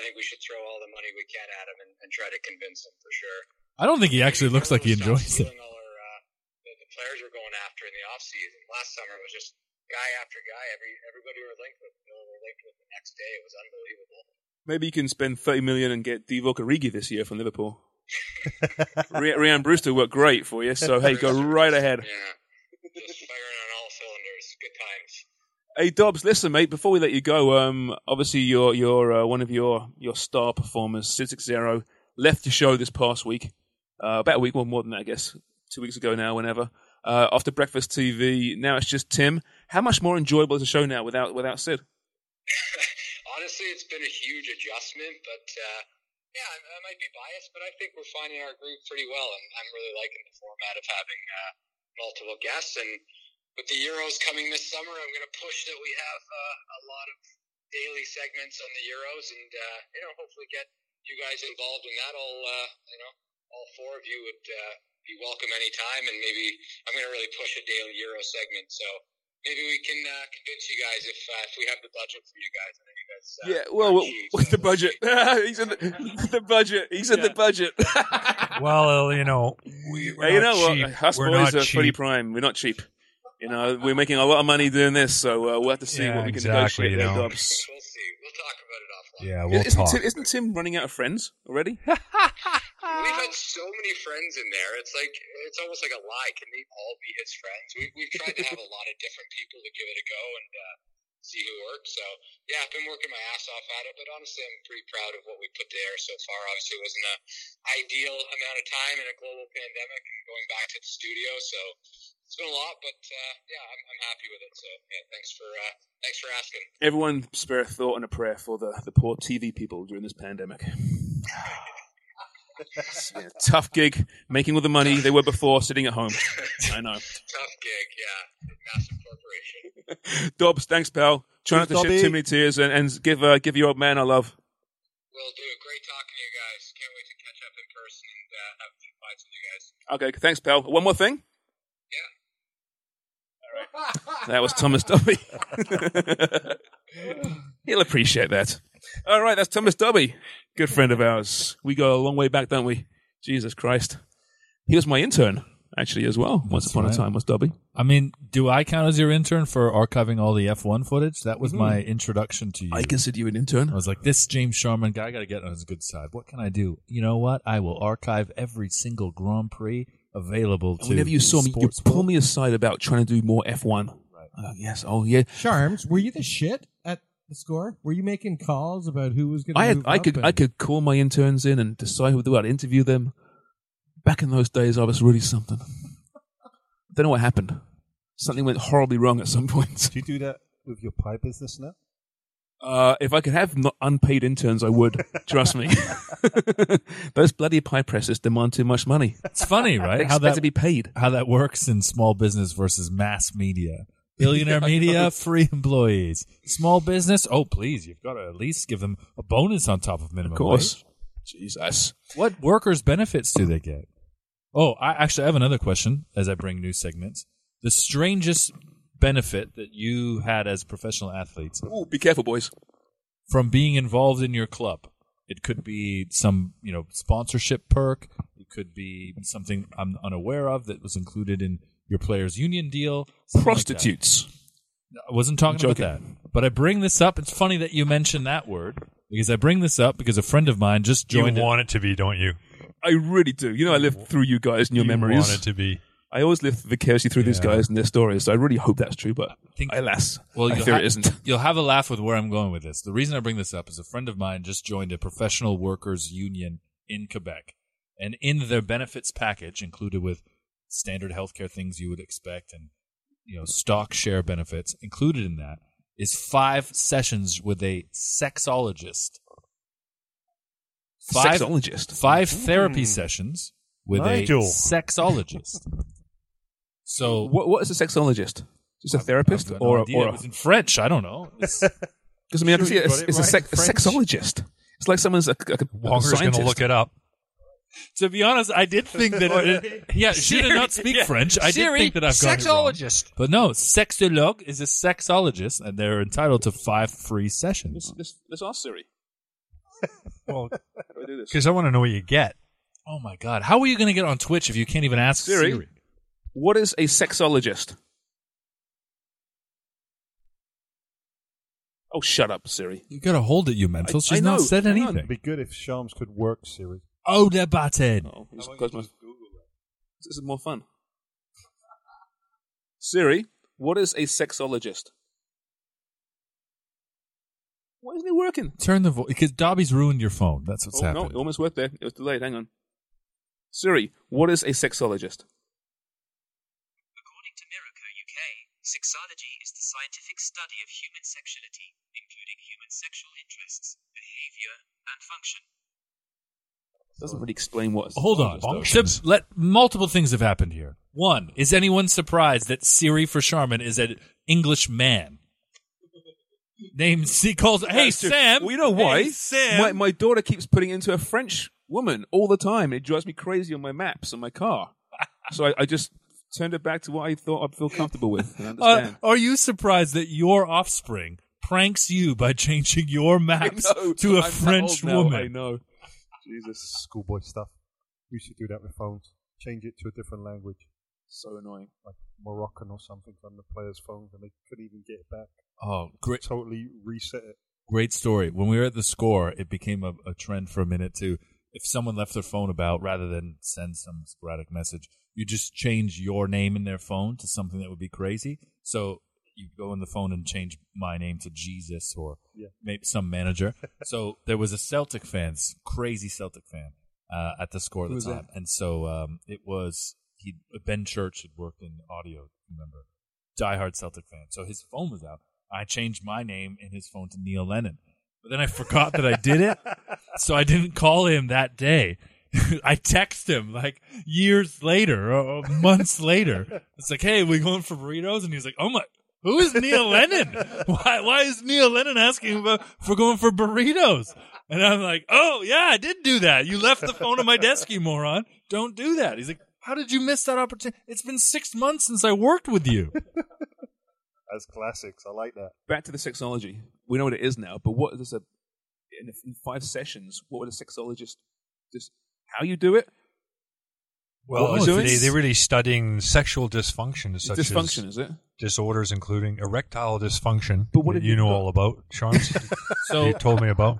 I think we should throw all the money we can at him and, and try to convince him for sure. I don't think he actually looks like he enjoys it. The, the players we're going after in the off season last summer was just guy after guy. Every everybody we were linked with, we were linked with the next day. It was unbelievable. Maybe you can spend 30 million and get Divock Origi this year from Liverpool. Re- Ryan Brewster worked great for you, so hey, go right ahead. Yeah, just firing on all cylinders. Good times. Hey Dobbs, listen, mate. Before we let you go, um, obviously your your uh, one of your your star performers, Six Zero, left your show this past week, uh, about a week, well more than that, I guess, two weeks ago now, whenever. Uh, after breakfast TV, now it's just Tim. How much more enjoyable is the show now without without Sid? honestly, it's been a huge adjustment, but uh, yeah, I, I might be biased, but I think we're finding our group pretty well, and I'm really liking the format of having uh, multiple guests. And with the Euros coming this summer, I'm going to push that we have uh, a lot of daily segments on the Euros, and uh, you know, hopefully get you guys involved in that. All uh, you know, all four of you would uh, be welcome anytime, and maybe I'm going to really push a daily Euro segment. So. Maybe we can uh, convince you guys if uh, if we have the budget for you guys. I know you guys uh, yeah, well, (laughs) what- what's the budget? He's in the, (laughs) the budget. He's in the budget. (laughs) well, uh, you know, we, we're Hey, you not know cheap. what? Us We're not boys are pretty cheap. prime. We're not cheap. You know, we're making a lot of money doing this, so uh, we'll have to see Yeah, what we can exactly, negotiate. you there, know. Dobbs. Yeah, we'll isn't talk. Tim, isn't Tim running out of friends already? We've had so many friends in there. It's like it's almost like a lie. Can they all be his friends? We, we've tried to have a lot of different people to give it a go and uh, see who works. So yeah, I've been working my ass off at it, but honestly, I'm pretty proud of what we put there so far. Obviously, it wasn't an ideal amount of time in a global pandemic and going back to the studio. So it's been a lot, but uh, yeah, I'm, I'm happy with it. So yeah, thanks for uh, thanks for asking. Everyone spare a thought and a prayer for the, the poor TV people during this (laughs) pandemic. It's been a tough gig, making all the money they were before sitting at home. (laughs) I know. Tough gig, yeah. Massive corporation. Dobbs, thanks, pal. Try not to Thanks, shed Dobby. too many tears and, and give uh, give your old man our love. Will do. Great talking to you guys. Can't wait to catch up in person and uh, have a few bites with you guys. Okay, thanks, pal. One more thing. That was Thomas Dobby. (laughs) He'll appreciate that. All right, that's Thomas Dobby, good friend of ours. We go a long way back, don't we? Jesus Christ. He was my intern, actually, as well, once That's upon right. a time, was Dobby. I mean, do I count as your intern for archiving all the F1 footage? That was Mm-hmm. Mhm. my introduction to you. I consider you an intern. I was like, this James Sharman guy, I got to get on his good side. What can I do? You know what? I will archive every single Grand Prix available And to. whenever you saw me, you sports pulled me aside about trying to do more F1. Uh, yes, oh, yeah. Charms, were you the shit at the score? Were you making calls about who was going to I, had, move I up could and- I could call my interns in and decide who to I'd interview them. Back in those days, I was really something. Don't know what happened. Something went horribly wrong at some (laughs) point. Do you do that with your pie business now? Uh, if I could have not unpaid interns, I would. Trust me. (laughs) those bloody pie presses demand too much money. (laughs) It's funny, right? They expect to be paid. How that works in small business versus mass media. (laughs) Billionaire Yeah, I know. media, free employees. Small business, oh please, you've got to at least give them a bonus on top of minimum Of course. wage. Jesus. What workers' benefits do they get? Oh, I actually I have another question as I bring new segments. The strangest benefit that you had as professional athletes Ooh, be careful, boys. from being involved in your club. It could be some, you know, sponsorship perk. It could be something I'm unaware of that was included in your players' union deal. something like that. Prostitutes. I wasn't talking about Joking. that. But I bring this up. It's funny that you mentioned that word because I bring this up because a friend of mine just You joined. want it to be, don't you? I really do. You know, I live through you guys and your You memories. want it to be. I always live vicariously through these guys and their stories. So I really hope that's true, but alas, Well, I you'll fear ha- it isn't. (laughs) You'll have a laugh with where I'm going with this. The reason I bring this up is a friend of mine just joined a professional workers union in Quebec, and in their benefits package, included with standard healthcare things you would expect and you know stock share benefits included in that is five sessions with a sexologist. Five, Sexologist. Five Mm. therapy sessions with Nigel. a (laughs) sexologist. So what, what is a sexologist? Just a therapist, got no or, a- idea. or It was in French? I don't (laughs) know. Because I mean, I can Sure, see you it. it's, got it it's a, right. sec- a French. sexologist. It's like someone's a, a, a Walker's gonna scientist. look it up. to be honest, I did think that. It, yeah, should I Siri, not speak yeah. French? I Siri, did think that I've got sexologist. It wrong. But no, sexologue is a sexologist, and they're entitled to five free sessions. Let's, let's ask (laughs) Siri. well, How do I do this? because I want to know what you get. Oh my god, how are you going to get on Twitch if you can't even ask Siri, Siri? what is a sexologist? Oh, shut up, Siri. You got to hold it, you mental. She's not said anything. It'd be good if Shams could work Siri. Oh, they're batted. Oh, just close my... This is more fun. Siri, what is a sexologist? Why isn't it working? Turn the voice because Dobby's ruined your phone. That's what's oh, happened. No, it almost worked there. It was delayed. Hang on. Siri, what is a sexologist? According to Miraco UK, sexology is the scientific study of human sexuality, including human sexual interests, behavior, and function. Doesn't really explain what. A Hold on. Sub- let multiple things have happened here. One is anyone surprised that Siri for Charmin is an English man named he calls. Hey That's true. Sam, Well, you know Hey, why? Sam, My, my daughter keeps putting into a French woman all the time. It drives me crazy on my maps on my car. so I, I just turned it back to what I thought I'd feel comfortable with. and (laughs) Uh, understand. are you surprised that your offspring pranks you by (laughs) changing (laughs) your maps know. to I'm a that French old now, woman? I know. Jesus, schoolboy stuff. We should do that with phones. Change it to a different language. So annoying. Like Moroccan or something on the players' phones, and they couldn't even get it back. Oh, great. Totally reset it. Great story. When we were at the score, it became a, a trend for a minute to if someone left their phone about rather than send some sporadic message, you just change your name in their phone to something that would be crazy. So you go in the phone and change my name to Jesus or Yeah. maybe some manager. so there was a Celtic fan, s- crazy Celtic fan, uh, at the score at Who the was time, and so um, it was he Ben Church had worked in audio, remember, diehard Celtic fan. So his phone was out. I changed my name in his phone to Neil Lennon, but then I forgot that I did it, so I didn't call him that day. (laughs) I text him like years later, or or months later. It's like, hey, we going for burritos, and he's like, oh my, who is Neil Lennon? (laughs) Why, why is Neil Lennon asking about for going for burritos? And I'm like, oh yeah, I did do that. You left the phone on my desk, you moron. Don't do that. He's like, how did you miss that opportunity? It's been six months since I worked with you. As classics, I like that. Back to the sexology. We know what it is now, but what is a in, in five sessions? What would a sexologist just how you do it? Well, Oh, What it's- we're doing? they, they're really studying sexual dysfunction, such dysfunction, as is it? disorders including erectile dysfunction. But what that have you you know got? all about, Sean? (laughs) So- you told me about.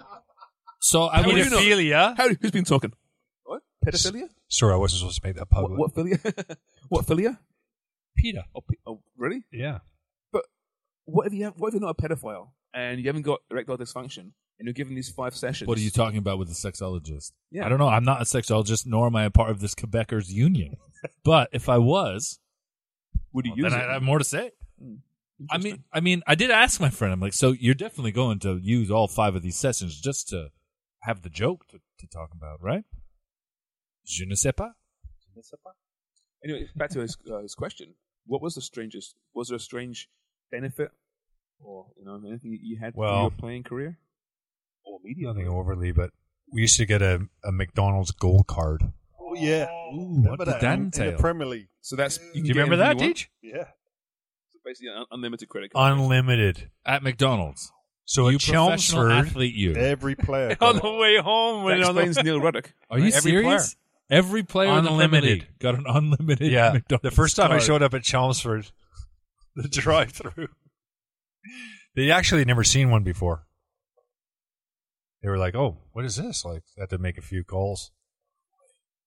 So I would Pedophilia. How, who's been talking? What? Pedophilia? Sorry, I wasn't supposed to make that public. What, what philia? (laughs) what philia? Peter? Oh, pe- oh, really? Yeah. But what if you have, what if you're not a pedophile and you haven't got erectile dysfunction and you're given these five sessions? What are you talking about with the sexologist? Yeah. I don't know. I'm not a sexologist, nor am I a part of this (laughs) Quebecers union. but if I was, would you then use I it? have more to say. I mean, I mean, I did ask my friend. I'm like, so you're definitely going to use all five of these sessions just to have the joke to, to talk about, right? Je ne sais pas. Anyway, back to his, uh, his question. What was the strangest? Was there a strange benefit, or you know, anything that you had from Well- your playing career or media? Nothing overly, but we used to get a, a McDonald's gold card. Oh yeah. what did that in, in the entail? Premier League. So that's you, can Do you get remember that, anything you want. Deej? Uh, Yeah. So basically, un- unlimited credit card. Unlimited. At McDonald's. So you at professional Chelmsford, athlete, you. (laughs) Every player. on the way home, that when on the- (laughs) explains Neil Ruddock. Are you Every serious? Every player in the Premier Unlimited. League got an unlimited. yeah, (laughs) McDonald's the first time I card. showed (laughs) up at Chelmsford, the drive-through, they actually had never seen one (laughs) before. They were like, "Oh, what is this?" Like, I had to make a few calls,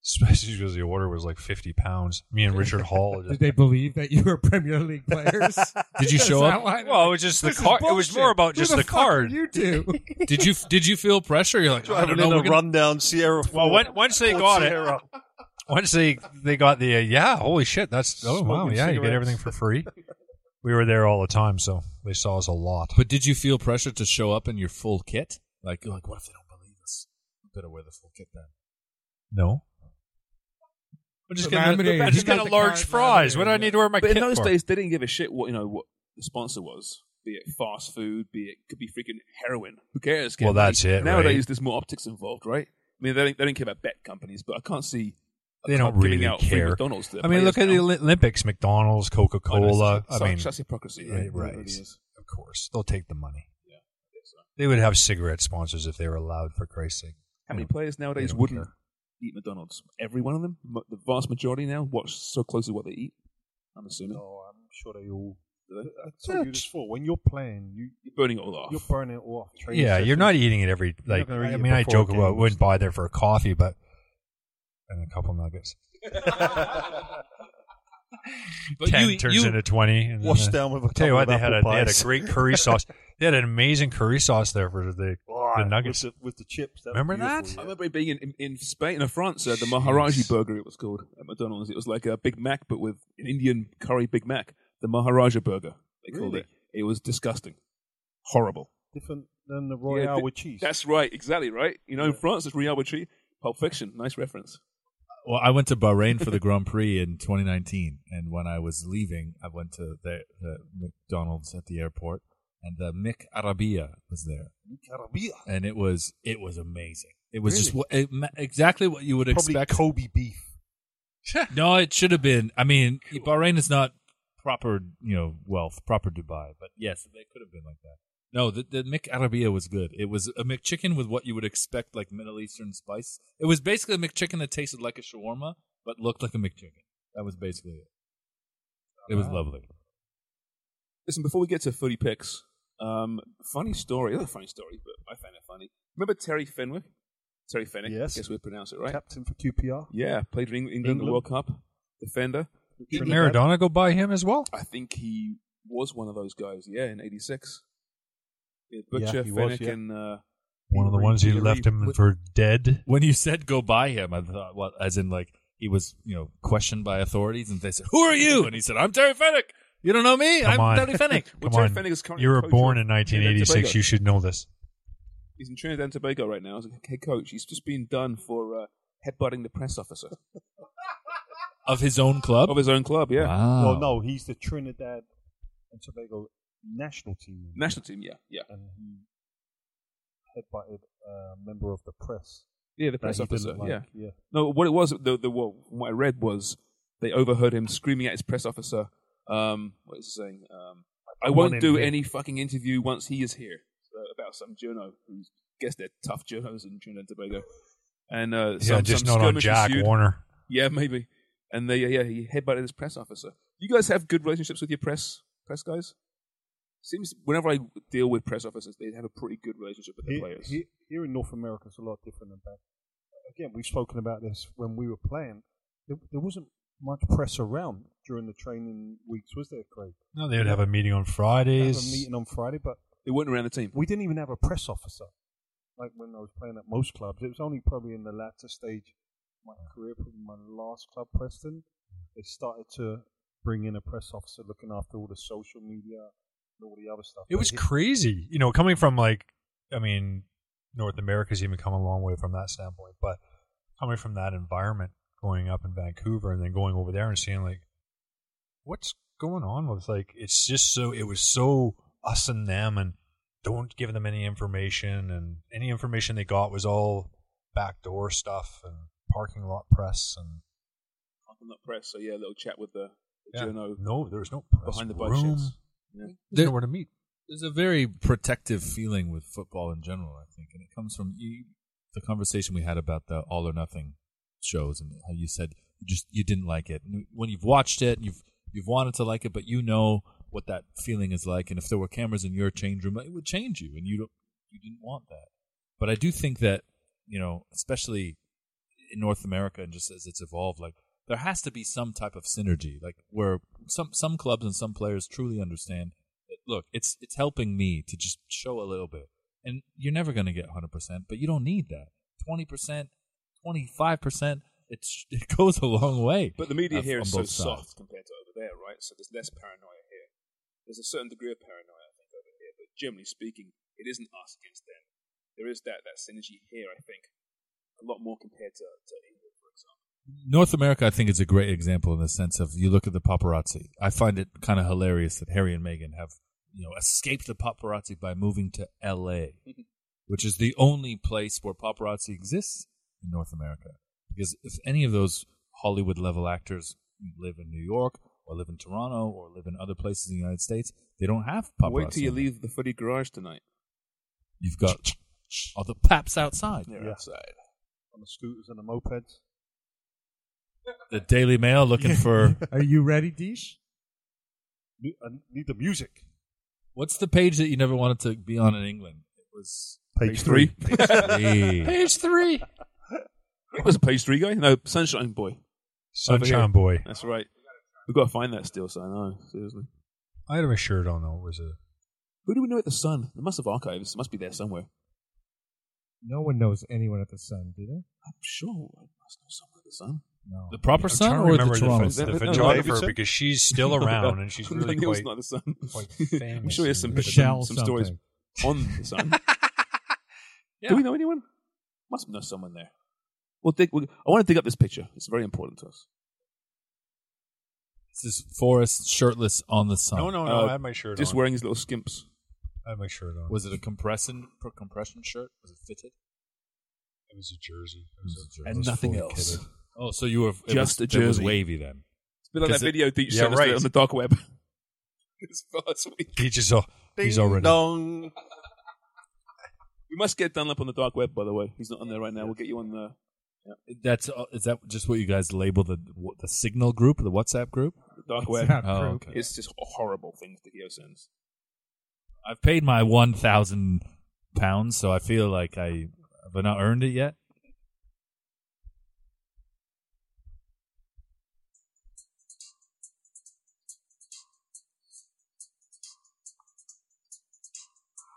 especially because the order was like fifty pounds. Me and Richard (laughs) Hall. Did they believe that you were Premier League players? Did you Is show that up? why? Well, it was just the This is card- it was bullshit. more about Who just the, the fuck card. Are you two. Did you did you feel pressure? You're like, I don't know. we're gonna- rundown Sierra. Well, when- once they got it- Once they they got the uh, yeah, holy shit, that's oh wow, Smoking yeah, you get cigarettes. (laughs) everything for free. we were there all the time, so they saw us a lot. But did you feel pressure to show up in your full kit? Like, you're like what if they don't believe us? I better wear the full kit then. No. I'm just getting the- I just got a large fries. What do I need to wear my But kit in those for? days, they didn't give a shit what you know what the sponsor was. Be it fast food, be it could be freaking heroin. Who cares? Well, Kid? that's it, Nowadays, right? there's more optics involved, right? I mean, they don't, they don't care about bet companies, but I can't see a They don't club giving really out free care. McDonald's to their I mean, look players at the now. Oli- Olympics: McDonald's, Coca Cola. Such- I mean, such hypocrisy, Right, right? right. It really is. of course, they'll take the money. They would have cigarette sponsors if they were allowed, for Christ's sake. How You many know, players nowadays don't wouldn't care. eat McDonald's? Every one of them, Mo- the vast majority now, watch so closely what they eat. I'm assuming. Oh, No, I'm sure they all. That's Yeah, what you just for. When you're playing, you You're burning it all off. you're burning it off. Training Yeah, you're sessions. (laughs) not e- eating it every You're not like. gonna eat I it mean, I before a joke about game. wouldn't buy there for a coffee, but and a couple nuggets. Ten turns into twenty. And then Washed the- down with a I'll tell you couple what, of they had a apple they had a (laughs) pies. great (laughs) curry sauce. They had an amazing curry sauce there for the Oh, the nuggets. with the, with the chips. That was Remember beautiful, that? I remember it being in, in, in Spain or France, uh, the Maharaji burger, it was called at McDonald's. It was like a Big Mac, but with an Indian curry Big Mac. The Maharaja burger, they called Really? it. It was disgusting. Horrible. yeah. Different than the Yeah, Royale th- with cheese. That's right, exactly right. You know, in France, it's Royale with cheese. Pulp Fiction, nice reference. Well, I went to Bahrain for the Grand Prix in 2019, and when I was leaving, I went to the, the McDonald's at the airport, and the Mick Arabia was there, Carabia. and it was it was amazing. It was just Really? what, it, ma- exactly what you would Probably expect. Kobe beef. (laughs) no, it should have been. I mean, Bahrain is not proper, you know, wealth, proper Dubai, but yes, they could have been like that. No, the, the Mick Arabia was good. It was a McChicken with what you would expect, like Middle Eastern spice. It was basically a McChicken that tasted like a shawarma, but looked like a McChicken. That was basically it. It was lovely. Listen, before we get to footy picks, um, funny story. Not a funny story, but I found it funny. Remember Terry Fenwick? Terry Fenwick. Yes. I guess we pronounce it right. Captain for QPR. Yeah, played for Eng- England, in the England. World Cup. Defender. Did Maradona go by him as well? I think he was one of those guys. Yeah, in '86. Yeah, Yeah, Butcher, he was, Fenwick, yeah. and uh, One of the Peter ones he Reid- left Peter Reid. him for dead. When you said go by him, I thought, well, as in like he was, you know, questioned by authorities, and they said, "Who are you?" (laughs) And he said, "I'm Terry Fenwick." You don't know me? Come I'm on, (laughs) Terry Fenwick. Come Terry on. Fenwick is currently you were coach born of in Trinidad 1986. Tobago. You should know this. He's in Trinidad and Tobago right now as a head coach. He's just been done for uh, headbutting the press officer of his own club. of his own club. Yeah, Wow. Well, no, he's the Trinidad and Tobago national team. national team. Yeah, yeah, And he headbutted a member of the press. yeah. The that press he officer. didn't like. yeah, yeah. No, what it was, the, the what, what I read was they overheard him screaming at his press officer. Um, what is he saying? Um, I don't won't want do him here." any fucking interview once he is here. So about some journo who guess they're tough journos in Trinidad and Tobago. And uh, Yeah, some, just some not on skirmish Jack ensued. Warner. Yeah, maybe. And they, yeah, he headbutted his press officer. You guys have good relationships with your press press guys. Seems whenever I deal with press officers, they have a pretty good relationship with their Here, players. here, here in North America, it's a lot different than back. Again, we've spoken about this when we were playing. There, there wasn't much press around during the training weeks, was there, Craig? No, they would have a meeting on We had a Fridays. meeting on Friday, but they weren't around the team. we didn't even have a press officer. Like when I was playing at most clubs, it was only probably in the latter stage of my career, probably my last club, Preston. They started to bring in a press officer looking after all the social media and all the other stuff. It But was he- crazy. You know, coming from like, I mean, North America's even come a long way from that standpoint, but coming from that environment, going up in Vancouver and then going over there and seeing like, what's going on with like, it's just so, it was so us and them and don't give them any information and any information they got was all backdoor stuff and parking lot press and I'm not press, so yeah, a little chat with the, the Yeah. journo no, there was no press behind the bike room. sheds. Yeah. There's nowhere to meet. there's a very protective feeling with football in general, I think, and it comes from you, the conversation we had about the all or nothing shows and how you said you just you didn't like it. And When you've watched it, you've you've wanted to like it, but you know what that feeling is like, and if there were cameras in your change room, it would change you, and you don't you didn't want that. But I do think that you know, especially in North America and just as it's evolved, like there has to be some type of synergy, like where some some clubs and some players truly understand. that, Look, it's it's helping me to just show a little bit, and you're never going to get 100, percent but you don't need that. 20 percent, 25 percent, it (laughs) it goes a long way. But the media uh, here on is so both sides. soft compared to over there, right? So there's less paranoia here. there's a certain degree of paranoia, I think, over here. But generally speaking, it isn't us against them. There is that that synergy here, I think, a lot more compared to, to England, for example. North America, I think, is a great example in the sense of you look at the paparazzi. I find it kind of hilarious that Harry and Meghan have, you know, escaped the paparazzi by moving to (laughs) L.A., which is the only place where paparazzi exists in North America. Because if any of those Hollywood level actors live in New York or live in Toronto or live in other places in the United States, they don't have paparazzi. Wait till you leave the footy garage tonight. (laughs) You've got all the paps outside. They're outside. On the scooters and the mopeds. The Daily Mail (laughs) looking for. Are you ready, Deesh? New- I need the music. What's the page that you never wanted to be on in England? It was Page Page three. Page three. It was Oh, a page three guy. No, Sunshine Boy. Sunshine Over here. Boy. That's right. We've got to find that still, so I know. Seriously. I had a shirt on though. It was a Who do we know at the Sun? They must have archives. It must be there somewhere. No one knows anyone at the Sun, do they? I'm sure. I must know someone at the Sun. No. The proper I'm trying Sun to or the remember the Toronto ph- Sun? the No, photographer Davidson? because she's (laughs) still around and she's really Neil's quite- not the Sun. quite I'm sure there's some, Michelle some, some stories on (laughs) the Sun. Do we know anyone? Must know someone there. We'll dig, we'll, I want to dig up this picture. It's very important to us. This is Forrest shirtless on the sun. No, Oh, no, Uh, no. I had my shirt Just on. wearing his little skimps. I had my shirt on. Was it a compression per compression shirt? Was it fitted? It was a jersey. It was a jersey. And nothing else. Oh, so you were it Just was- a it was jersey. wavy then. It's a bit like Because that it- video that you yeah, showed us right. on the dark web (laughs) this past week. He just al- he's Ding already. Dong. we must get Dunlap on the dark web, by the way. He's not on there right now. We'll get you on the. That's uh, is that just what you guys label the what, the signal group, the WhatsApp group? The dark web. not Oh, proof. okay. It's just horrible things that Dio sends. I've paid my one thousand pounds, so I feel like I have I not earned it yet.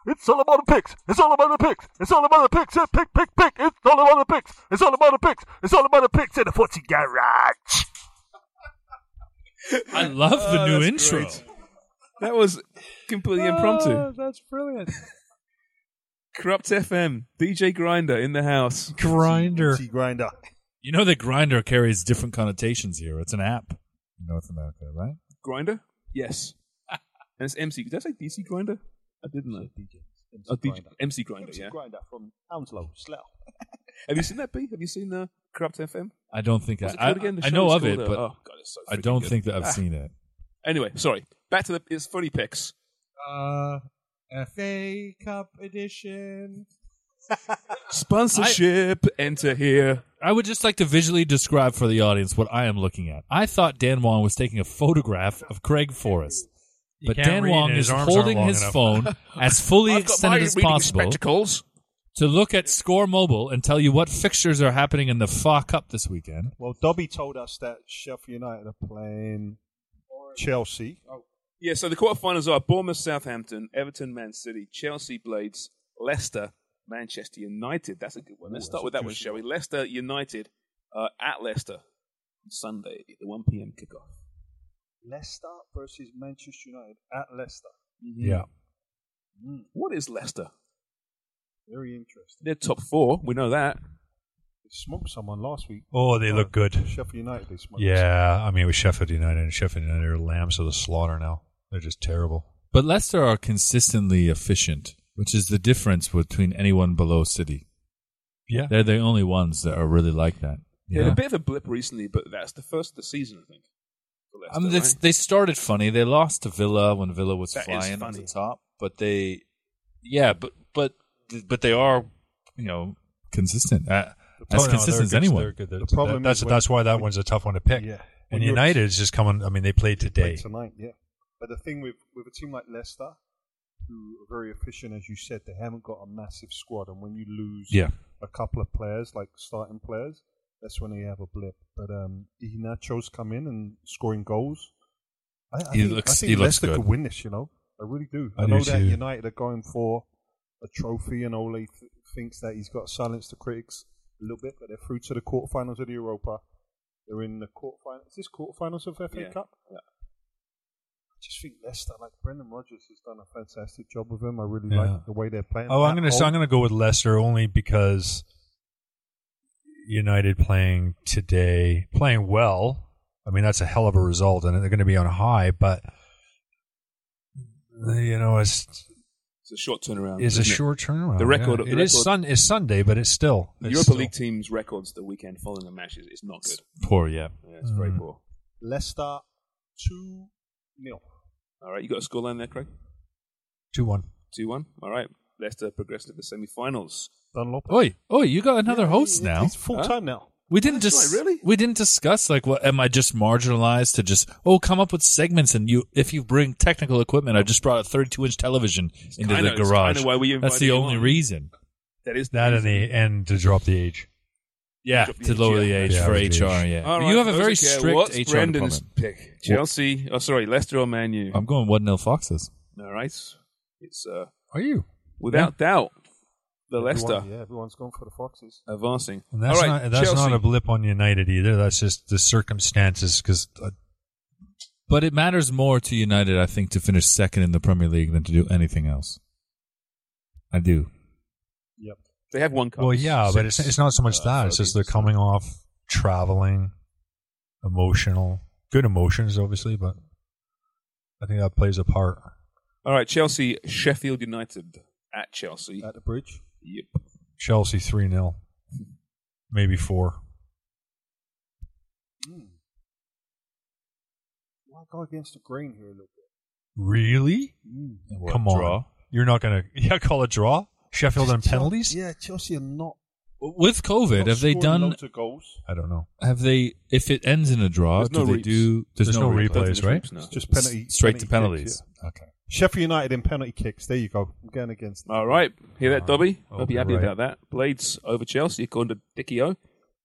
It's all about the picks. It's all about the picks. It's all about the picks. It's pick, pick, pick. It's all about the picks. It's all about the picks. It's all about the picks in the Forty Garage. I love the Oh, new that's intro. great. That was completely Ah. impromptu. that's (laughs) brilliant. Corrupt FM, DJ Grinder in the house. Grinder. grinder. You know that Grinder carries different connotations here. It's an app in North America, right? Grinder? Yes. (laughs) and it's MC. Did I say DC Grinder? I didn't know. DJ. MC, oh, DJ, MC Grinder, yeah. Grinder from Hounslow, Slough. Have you seen that, B? Have you seen uh, Corrupt FM? I don't think I, What's it I, called again? The I show know is of it, called, uh, but oh, God, it's so I freaking don't good. think that I've Ah. seen it. Anyway, sorry. Back to the it's funny picks. Uh, FA Cup edition. Sponsorship, enter here. I would just like to visually describe for the audience what I am looking at. I thought Dan Wong was taking a photograph of Craig Forrest, You but can't Dan read Wong and his is arms aren't holding long his enough. (laughs) phone as fully I've got my extended as reading possible spectacles. to look at Score Mobile and tell you what fixtures are happening in the FA Cup this weekend. Well, Dobby told us that Sheffield United are playing Chelsea. Yeah, so the quarterfinals are Bournemouth, Southampton, Everton, Man City, Chelsea, Blades, Leicester, Manchester United. That's a good one. Let's Ooh, start that's with that a one, juicy shall we? Leicester United uh, at Leicester on Sunday, the 1 p.m. kickoff. Leicester versus Manchester United at Leicester. Yeah. Mm, Mm-hmm. What is Leicester? very interesting. They're top four. We know that. They smoked someone last week. Oh, they look good. Sheffield United, they smoked. Yeah, Uh, I mean it was Sheffield United and Sheffield United are lambs of the slaughter now. They're just terrible. But Leicester are consistently efficient, which is the difference between anyone below City. Yeah. They're the only ones that are really like that. They had a bit of a blip recently, but that's the first of the season, I think. for I mean, Leicester, they, right? they started funny. They lost to Villa when Villa was That is flying on the funny. top, but they, yeah, but but but they are, you know, consistent. Uh, as Oh, no, consistent they're as good. anyone. They're good. They're- The problem that- that's is when- that's why that one's a tough one to pick. Yeah. When And you're- United's just coming. I mean, they played today. Like tonight, yeah. But the thing with with a team like Leicester, who are very efficient, as you said, they haven't got a massive squad, and when you lose Yeah. a couple of players, like starting players, that's when they have a blip. But um, Inacho's come in and scoring goals. I, I He think, looks- I think he looks Leicester good. could win this. You know, I really do. I, I do know that too. United are going for a trophy, and Ole th- thinks that he's got to silence the critics a little bit, but they're through to the quarterfinals of the Europa. They're in the quarterfinals. Is this quarterfinals of FA Yeah. Cup? just think Leicester, like Brendan Rodgers has done a fantastic job with him. I really Yeah. like the way they're playing. Oh, I'm At gonna so I'm home. gonna go with Leicester only because United playing today, playing well. I mean, that's a hell of a result, and they're going to be on high. But you know, it's It's a short turnaround. it's a isn't it? short turnaround. The record. yeah. the It is record- Sun. It's Sunday, but it's still The it's Europa still League teams' records the weekend following the match is, is not good. Poor, yeah. Yeah, it's very Mm. poor. Leicester two 0 All right, you got a scoreline there, Craig? two one. 2 1. All right. Leicester progressed to the semi finals. Dunlop. Oi, oi, you got another host now. It's full time now. We didn't That's just right, really. We didn't discuss like what am I just marginalized to just oh come up with segments and you if you bring technical equipment I just brought a 32 inch television into kinda- the it's garage. kinda why we That's invited the you only on. reason. That is that and the and to drop the age. Yeah, Drop the to age, lower yeah. the age Yeah, for with the HR. age. Yeah, All right, you have for a those very who care, strict what's HR Brendan's department. pick? Chelsea. Oh, sorry, Leicester or Man U? I'm going one nil Foxes. All right. It's uh, Are you? without doubt the Leicester Everyone, yeah, everyone's gone for the Foxes. advancing. And that's All right, not that's Chelsea. not a blip on United either. That's just the circumstances uh, because But it matters more to United, I think, to finish second in the Premier League than to do anything else. I do. Yep. They have one cup. Well, yeah, but it's Six, it's not so much uh, that. It's trophies. just they're coming off traveling, emotional, good emotions, obviously, but I think that plays a part. All right, Chelsea, Sheffield United at Chelsea. At the bridge. Yep. Chelsea three 0 maybe four. Hmm. Why go against the grain here a little bit? Really? What, Come on, draw? you're not gonna (laughs) yeah call a draw? Sheffield on Chel- penalties? Yeah, Chelsea are not. With COVID, not have they scoring done? loads of goals? I don't know. Have they? If it ends in a draw, There's do no they reaps. do? There's, There's no, no replay. replays, There's right? no- It's just penalty. Straight to penalty kicks, penalties. Okay. yeah. Sheffield United in penalty kicks. There you go. I'm going against. them. All right, hear that, Uh, Dobby? I'll Hope be you're happy right. about that. Blades over Chelsea, according to Dickie O.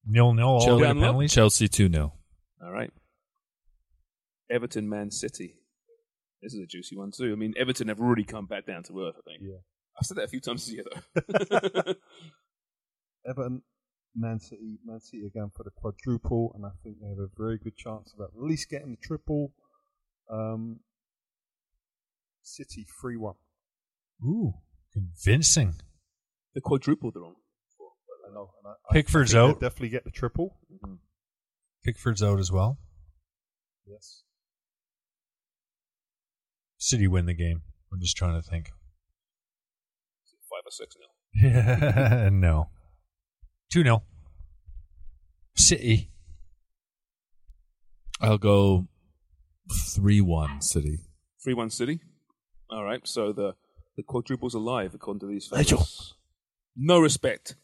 Nil nil all the way to Chelsea, penalties. Chelsea two 0 All right. Everton, Man City. This is a juicy one too. I mean, Everton have already come back down to earth. I think. Yeah. I've said that a few times this year, though. (laughs) Everton, Man City, Man City again for the quadruple, and I think they have a very good chance of at least getting the triple. Um, City three one. Ooh, convincing. the quadruple they're on. I know. And I, I Pickford's think they'll out. Definitely get the triple. Mm-hmm. Pickford's out as well. Yes. City win the game. I'm just trying to (laughs) think. Five or six now. no. 2 0. City. I'll go (laughs) three one City. Three one City. All right, so the the quadruple's alive according to these Nigel. fellas. No respect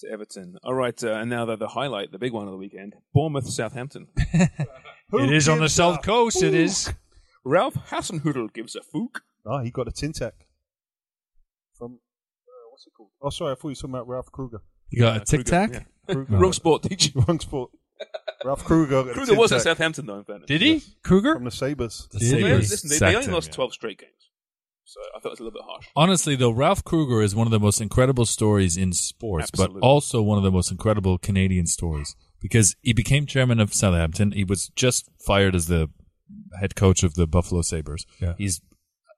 to Everton. All right, uh, and now the, the highlight, the big one of the weekend: Bournemouth Southampton. it is on the south coast. It is. Ralph Hasenhudel gives a fook. No, he got a Tintec. From uh, what's it called? Oh, sorry, I thought you were talking about Ralph Kruger. (laughs) You got Uh, a tic tac. Kruger. Wrong sport (laughs) teacher. Wrong sport. Ralph Kruger. got a Kruger was Tintec at Southampton though. In fairness, Did he? Kruger? from the Sabers. The Did Well, he? they, Sabres listen, they, sacked they only him, lost yeah. twelve straight games, so I thought it was a little bit harsh. Honestly, though, Ralph Kruger is one of the most incredible stories in sports, Absolutely. but also one of the most incredible Canadian stories because he became chairman of Southampton. He was just fired as the head coach of the Buffalo Sabres. Yeah. He's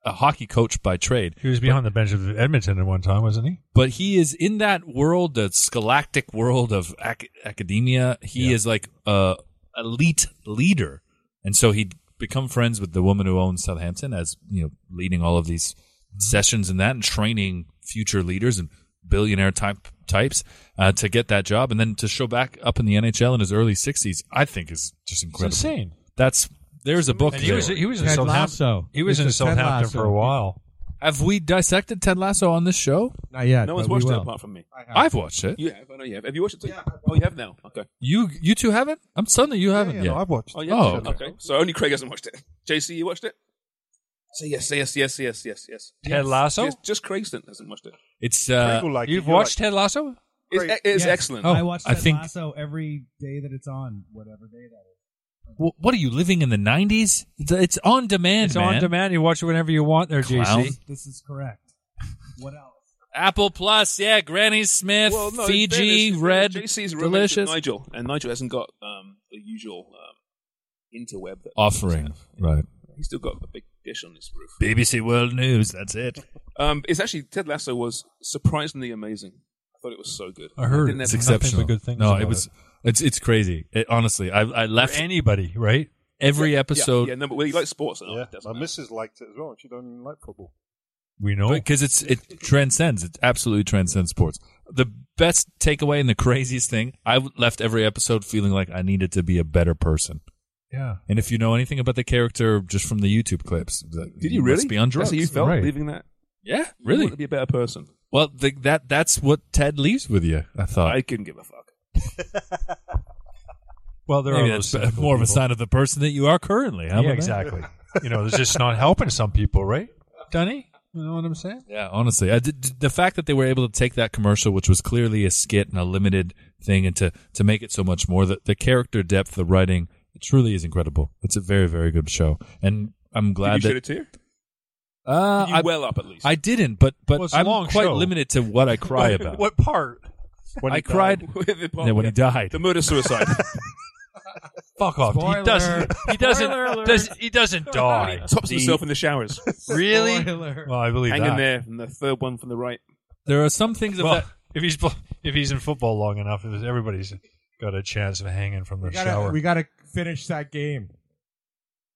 a hockey coach by trade, He was behind the bench of Edmonton at one time, wasn't he? but he is in that world, the scholastic world of ac- academia. He Yeah. is like a elite leader, and so he'd become friends with the woman who owns Southampton as you know, leading all of these Mm-hmm. sessions and that, and training future leaders and billionaire type types uh, to get that job, and then to show back up in the NHL in his early sixties. I think is It's just incredible. insane. That's there's a book. And he there. was he was in Ted Southampton. Lasso. He was It's in just Ted Southampton for a Lasso. while. Have we dissected Ted Lasso on this show? Not yet. no one's but we watched it will. apart from me. I've watched it. You have, I know you have. Have you watched it? Too? Oh, you have now. Okay. You you two haven't. I'm stunned that you haven't yeah, yet. No, I've watched. Oh, it. yeah. Oh, okay. So only Craig hasn't watched it. JC, you watched it? Say yes, say yes, yes, yes, yes, yes. Ted Yes, Lasso? yes, just Craigston hasn't watched it. It's Craig uh, will like it. You've You'll watched like Ted Lasso? It's, Great. it's Yes, excellent. Oh, I watch I Ted think- Lasso every day that it's on, whatever day that is. Wh- what are you living in the 90s? Th- It's on demand, It's man. on demand. You watch it whenever you want there, Clown. JC. This is correct. (laughs) What else? Apple Plus, yeah, Granny Smith, Well, no, in Fiji, fairness, Red, JC's roommate's with delicious. Nigel, and Nigel hasn't got um, the usual um, interweb that Offering, have. right. He's still got a big dish on its roof. BBC World News. That's it. Um, it's actually Ted Lasso was surprisingly amazing. I thought it was so good. I heard didn't it's have- exceptional. good things no, about it was. It's it's crazy. It- honestly, I I left anybody right every Yeah, episode. Yeah, yeah number. Well, you like sports. and all, Yeah, it doesn't my missus liked it as well. and She doesn't even like football. We know because it's it transcends. It absolutely transcends sports. The best takeaway and the craziest thing, I left every episode feeling like I needed to be a better person. Yeah. And if you know anything about the character just from the YouTube clips, that Did you must really? be on drugs? That's how you felt Right. leaving that. Yeah, You really. want to be a better person. Well, the, that that's what Ted leaves with you. I thought. I couldn't give a fuck. Well, there Maybe are that's those cynical more of a people. sign of the person that you are currently. How yeah, about that? exactly. you know, it's just not helping some people, right, Dunny? You know what I'm saying? (laughs) Yeah, honestly, I did, the fact that they were able to take that commercial, which was clearly a skit and a limited thing, and to to make it so much more, the, the character depth, the writing, it truly is incredible. It's a very, very good show, and I'm glad Did you that shed a tear? Uh, you I- well up at least. (laughs) I didn't, but but Well, it's a I'm long quite show. limited to what I (laughs) cry about. what part? (laughs) I cried The part yeah, when where- he died. The murder (laughs) suicide. Fuck off! Spoiler. He doesn't. He Spoiler doesn't. alert. Does, he doesn't die. Tops himself in the (laughs) showers. (laughs) Really? Spoiler. Well, I believe Hang in that. there, and the third one from the right. There are some things of Well, that. (laughs) if he's bl- if he's in football long enough, if everybody's got a chance of hanging from the We gotta, shower. we gotta finish that game.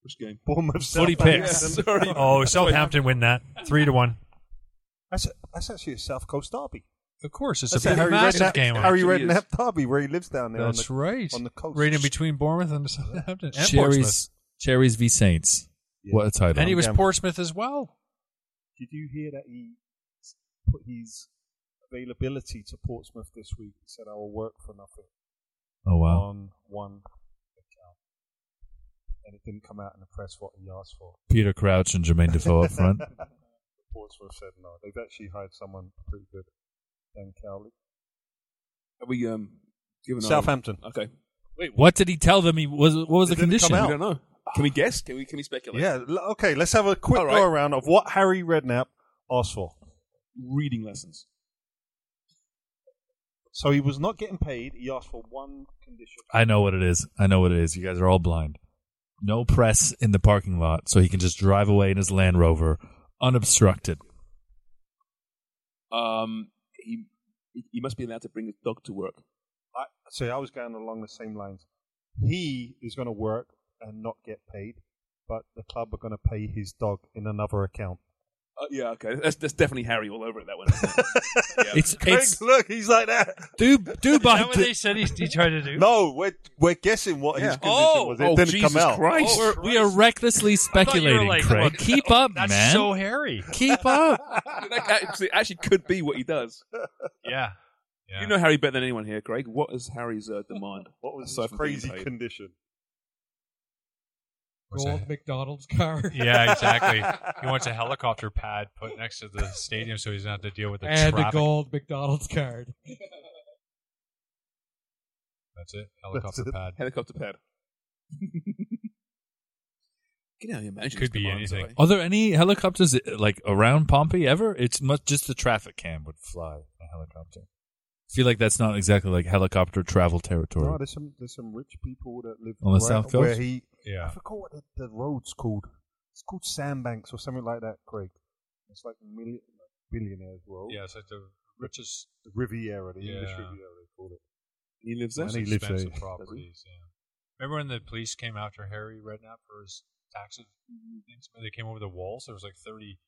Which game? Bournemouth. Footy Southampton. picks. Yeah, (laughs) sorry. Oh, Southampton win that three to one. That's, a, that's actually a South Coast derby. Of course, it's That's a big Harry massive Redknapp, game. Harry Actually Redknapp is. derby where he lives down there. on That's the- right. On the coast. right in between Bournemouth and Southampton and Portsmouth. Cherries, Cherries v Saints. What a title! And he was Yeah. Portsmouth as well. Did you hear that he put his availability to Portsmouth this week? He said, I will work for nothing. Oh wow! On one account. And it didn't come out in the press what he asked for. Peter Crouch and Jermaine Defoe (laughs) up (laughs) front. Portsmouth said no. They've actually hired someone pretty good. Dan Cowley. Are we um, giving our- Southampton. Okay. Wait, What did he tell them? He was what was It the didn't condition? come out. I don't know. Can we guess? Can we can we speculate? Yeah, l- okay, let's have a quick All right. go around of what Harry Redknapp asked for. Reading lessons. So he was not getting paid. He asked for one condition. I know what it is. I know what it is. You guys are all blind. No press in the parking lot, so he can just drive away in his Land Rover unobstructed. Um, he he- he must be allowed to bring his dog to work. I, so I was going along the same lines. He is going to work and not get paid, but the club are going to pay his dog in (laughs) another account. Uh, yeah, okay. That's, that's definitely Harry all over it. That one. (laughs) isn't it? Yeah. It's it's look, he's like that. do do Is that by what they said he, he tried to do? No, we're we're guessing what his Yeah. condition Oh! was. It Oh, didn't Jesus come out. Christ! we're, we are recklessly I thought you were speculating, like, Craig. "Oh, Keep up, that's man. so hairy. Keep up. that actually, actually could be what he does. Yeah. yeah. You know Harry better than anyone here, Craig. What is Harry's uh, demand? What was Aside his from being crazy paid. condition? What's Gold that? McDonald's car. (laughs) Yeah, (laughs) exactly. he wants a helicopter pad put next to the stadium so he's not to deal with (laughs) the and traffic. a gold McDonald's card. That's it. (laughs) Helicopter That's it. pad. Helicopter pad. (laughs) Get out of here, man. Could be anything. Are there any helicopters like around Pompey ever? It's much just the traffic cam would fly a helicopter. I feel like that's not exactly like helicopter travel territory. No, there's some there's some rich people that live On the right South Where Coast? he, Yeah. I forgot what the, the road's called. It's called Sandbanks or something like that, Craig. It's like million, billionaires road. Yeah, it's like the richest the Riviera, the English Yeah. Riviera they call it. He lives there. And he most lives expensive there. properties. Yeah. Remember when the police came after Harry Redknapp for his taxes things? When They came over the walls. There was like thirty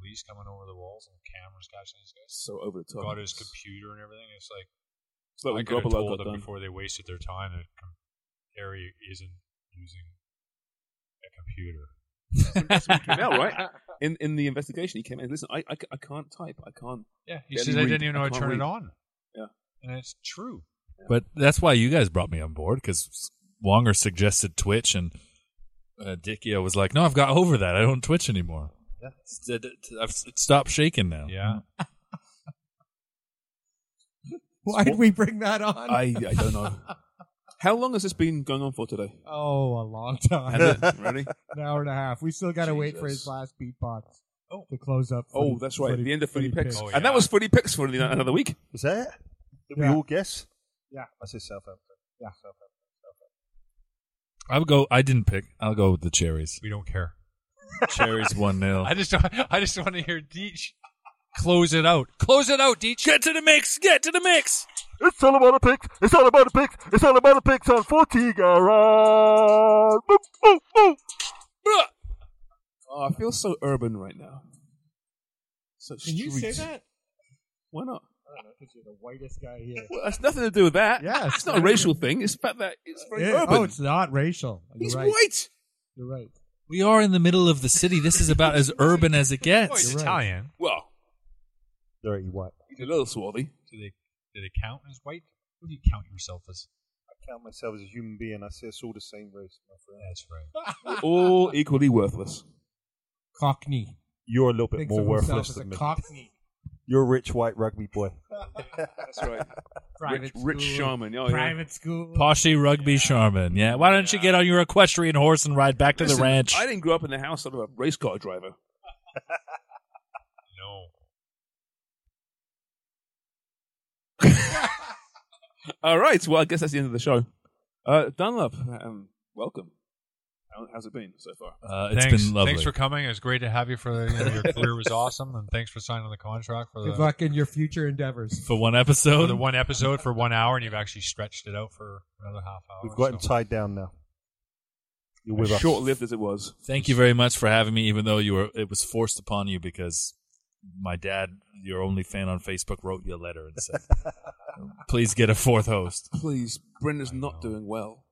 police coming over the walls and cameras catching these guys. So over the top. Got his computer and everything. It's like It's like I when could have Garoppolo told got them done. before they wasted their time that com- Harry isn't using a computer. That's what came out, (laughs) right? In in the investigation, he came in. Listen, I, I, ca- I can't type. I (laughs) can't. Yeah, he barely says I read. didn't even know how to can't turn read." it on. Yeah. and it's true. (laughs) But that's why you guys brought me on board because Wonger suggested Twitch and uh, Dicchio was like, "No, I've got over that. I don't Twitch anymore. Yeah. It's- it- it- I've it stopped shaking now." Yeah, Why did we bring that on? I I don't know. How long has this been going on for today? oh, a long time. Has it? Really? An hour and a half. We still got to wait for his Jesus. last beatbox to close up. Oh, for- that's right. for the end of footy picks, Oh, and yeah. that was footy picks for the- another week. Is that it? Did Yeah. we all guess? Yeah. I said Southampton. Yeah. Southampton. I'll go. I didn't pick. I'll go with the cherries. we don't care. Cherries one 0 I just don't, I just want to hear Deech close it out. Close it out, Deech. Get to the mix. Get to the mix. It's all about the picks. It's all about the picks. It's all about the picks on 40 Garage. Boop, boop, boop. Oh, I feel so urban right now. So Can you say that? Why not? I don't know, because you're the whitest guy here. Well, that's nothing to do with that. Yeah, it's it's not a not. racial thing. It's the fact that it's very Yeah. urban. Oh, it's not racial. You're He's right. white. You're right. We are in the middle of the city. This is about as urban as it gets. Oh, he's Italian. Well, dirty white. he's a little swarthy. Do they do they count as white? Who do you count yourself as? I count myself as a human being. I see us all the same race, my friend. That's (laughs) right. All equally worthless. Cockney. You're a little bit Thinks more of himself worthless as than a me. Cockney. You're a rich white rugby boy. That's right. Private rich, rich school. shaman. Oh, Private school. Poshy rugby Sherman. Yeah. Why don't you get on your equestrian horse and ride back yeah. to (laughs) Listen, the ranch? I didn't grow up in the house of a race car driver. no. All right. Well, I guess that's the end of the show. Uh, Dunlop, um, welcome. How, how's it been so far? Uh, It's it's thanks. been lovely. Thanks for coming. It was great to have you. For you know, your career was awesome, and thanks for signing the contract for Good the, luck in your future endeavors. for one episode. for the one episode for one hour, and Oh, you've actually stretched it out for another half hour. We've got him tied down now. You're with As us. short-lived as it was. Thank you very much for having me, even though you were it was forced upon you because my dad, your only fan on Facebook, wrote you a letter and (laughs) said, "Please get a fourth host." Please, Brenda's not doing well.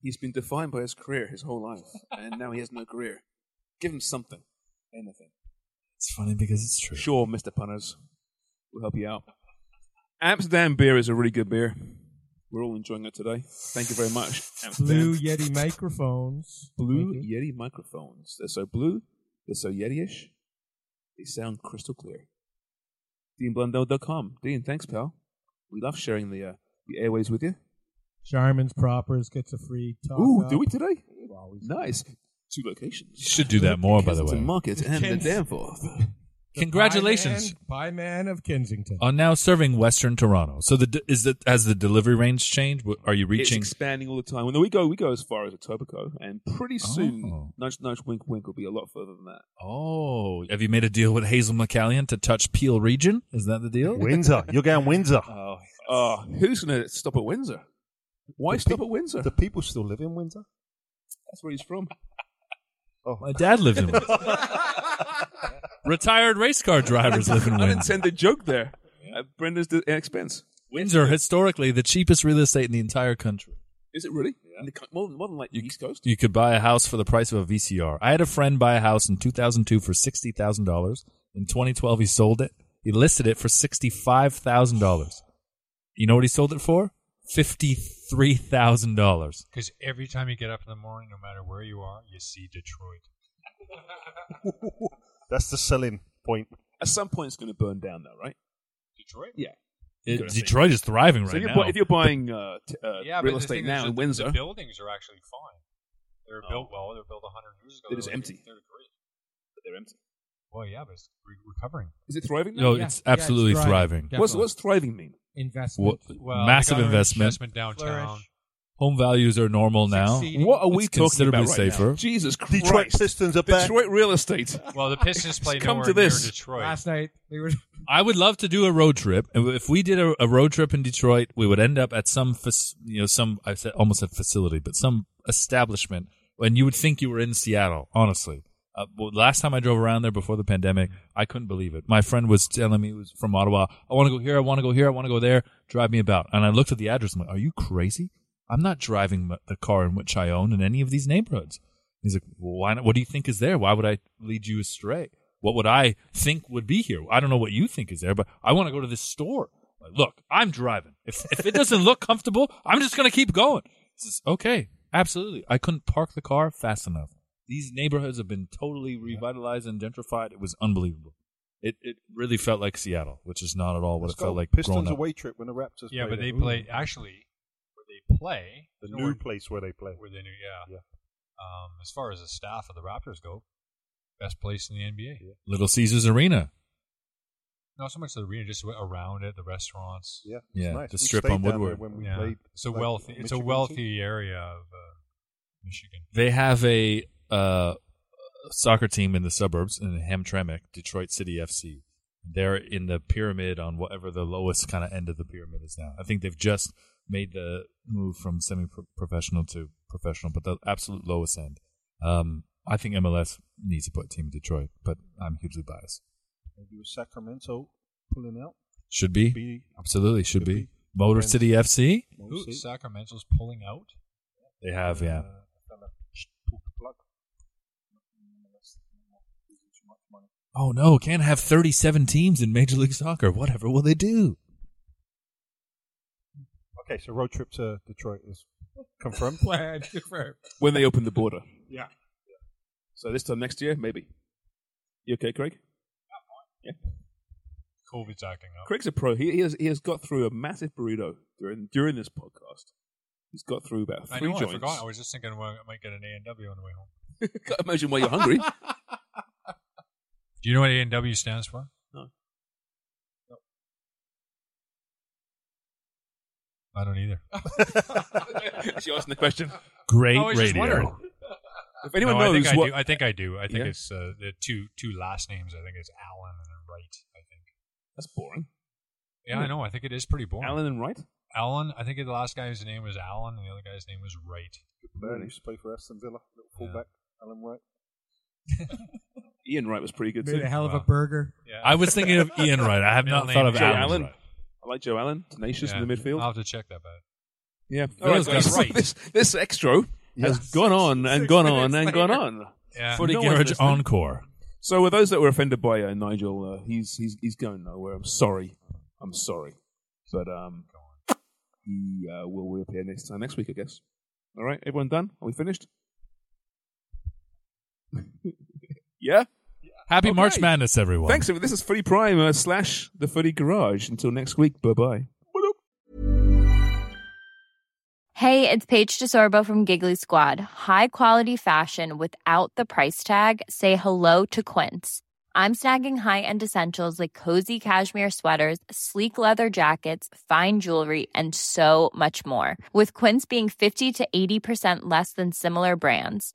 He's been defined by his career his whole life, and now he has no career. Give him something, anything. It's funny because it's true. Sure, Mister Punners, we'll help you out. Amsterdam beer is a really good beer. We're all enjoying it today. Thank you very much. Amsterdam. Blue Yeti microphones. Blue Yeti microphones. They're so blue, they're so Yeti-ish. They sound crystal clear. DeanBlundell.com. Dean, thanks, pal. We love sharing the uh, the airways with you. Charmin's Proppers gets a free talk. Ooh, up. do we today? Nice. Two locations. You should do that more, by the way. Market and the Kens- Danforth. The Congratulations. Uh, Pie man, pie man of Kensington. Are now serving Western Toronto. So the d- is the has the delivery range changed? W- Are you It's reaching? expanding all the time. When we go, we go as far as Etobicoke, and pretty soon, nudge, nudge, wink, wink, will be a lot further than that. oh, have you made a deal with Hazel McCallion to touch Peel Region? Is that the deal? Windsor. You're going (laughs) Windsor. Oh, oh, who's going to stop at Windsor? Why The stop peop- at Windsor? The people still live in Windsor. That's where he's (laughs) from. Oh. (laughs) My dad lives in Windsor. Retired race car drivers (laughs) live in Windsor. Unintended joke there. At Brenda's d- expense. Windsor, historically, the cheapest real estate in the entire country. Is it really? In the co- more, than- more than like the East Coast? You could buy a house for the price of a VCR. I had a friend buy a house in 2002 for sixty thousand dollars. In 2012, he sold it. He listed it for sixty-five thousand dollars. You know what he sold it for? Fifty-three thousand dollars. Because every time you get up in the morning, no matter where you are, you see Detroit. (laughs) That's the selling point. At some point, it's going to burn down, though, right? Detroit. Yeah. It- Gonna see. Detroit is thriving So right if you're, now. bu- if you're buying uh, t- uh, Yeah, real but the estate thing now is in that Windsor, Oh. the buildings are actually fine. They're built well. They're built 100 years ago. It is They're- empty. They're great. but they're empty. Well, yeah, but it's re- recovering. Is it thriving now? No, it's absolutely thriving. thriving. Yeah. What's, what's thriving mean? Investment. What- Well, they massive got an investment. investment downtown. Flourish. Home values are normal now. Succeeding. What are we It's talking considerably about right now? safer. Jesus Christ! Detroit Pistons are back. Detroit real estate. (laughs) Well, the Pistons play Come nowhere to this. near Detroit. Last night we were I would love to do a road trip. And If we did a, a road trip in Detroit, we would end up at some, fac- you know, some I said almost a facility, but some establishment, and you would think you were in Seattle. Honestly, uh, well, last time I drove around there before the pandemic, I couldn't believe it. My friend was telling me he was from Ottawa. I want to go here. I want to go here. I want to go there. Drive me about. And I looked at the address. I'm like, Are you crazy? I'm not driving m- the car in which I own in any of these neighborhoods. He's like, well, why not? What do you think is there? Why would I lead you astray? What would I think would be here? I don't know what you think is there, but I want to go to this store. Like, look, I'm driving. If, if it doesn't look comfortable, I'm just going to keep going. It's just, okay, absolutely. I couldn't park the car fast enough. These neighborhoods have been totally revitalized and gentrified. It was unbelievable. It, it really felt like Seattle, which is not at all what Let's it felt go. like growing Pistons up. away trip when the Raptors. yeah, but played they it. play Ooh. actually where they play. the there's new nowhere- place where they play. Where they new, yeah. Yeah. Um, as far as the staff of the Raptors go, best place in the NBA. Little Caesars Arena. Not so much the arena, just around it, the restaurants. Yeah, it's Yeah, nice. the We strip stayed on down there Woodward. When we Yeah. played, it's a like, wealthy, it's a Michigan wealthy area of uh, Michigan. They have a uh, soccer team in the suburbs in Hamtramck, Detroit City FC. They're in the pyramid on whatever the lowest kind of end of the pyramid is now. I think they've just made the move from semi-professional to professional, but the absolute lowest end. Um, I think MLS needs to put a team in Detroit, but I'm hugely biased. Maybe with Sacramento pulling out. Should be, absolutely should, be. Motor And- City FC. Who, Sacramento's pulling out. They have, Uh, yeah. uh, Oh no, can't have 37 teams in Major League Soccer. Whatever will they do? Okay, so road trip to Detroit is confirmed. Plan confirmed. when they open the border. Yeah. So this time next year, maybe. You okay, Craig? Yeah. COVID's acting up. Craig's a pro. He, he has he has got through a massive burrito during during this podcast. He's got through about I three know. joints. I forgot. I was just thinking well, I might get an A and W on the way home. (laughs) Can't imagine why you're hungry. Do you know what A and W stands for? No. I don't either. (laughs) she asked the question. Great I was just radio. wondering. If anyone No, I knows think I what do. I think I do. I think Yeah? it's uh, the two two last names. I think it's Allen and then Wright. I think that's boring. Yeah, I Hmm. know. I think it is pretty boring. Allen and Wright. Allen. I think the last guy's name was Allen, and the other guy's name was Wright. Burn used to play for Aston Villa, little fullback, Alan Wright. Ian Wright was pretty good Made too. a hell of a burger. I was thinking (laughs) of Ian Wright. I have Middle not name thought of is Joe Alan. Allen. Wright. I like Joe Allen, tenacious in Yeah. the midfield. I'll have to check that. Back. yeah. All right, Villa's guys. got Wright. This this extra has gone on and gone on and gone on. Yeah. Footy No one's Garage listening. Encore. So, with those that were offended by uh, Nigel, uh, he's he's he's going nowhere. I'm sorry. I'm sorry. But um, he uh, will reappear next time next week, I guess. All right, everyone done? Are we finished? (laughs) yeah. Happy Okay. March Madness, everyone. Thanks. everyone. This is Footy Prime uh, slash the Footy Garage. Until next week. Bye bye. Hey, it's Paige DeSorbo from Giggly Squad. High quality fashion without the price tag. Say hello to Quince. I'm snagging high-end essentials like cozy cashmere sweaters, sleek leather jackets, fine jewelry, and so much more. With Quince being 50 to 80% less than similar brands.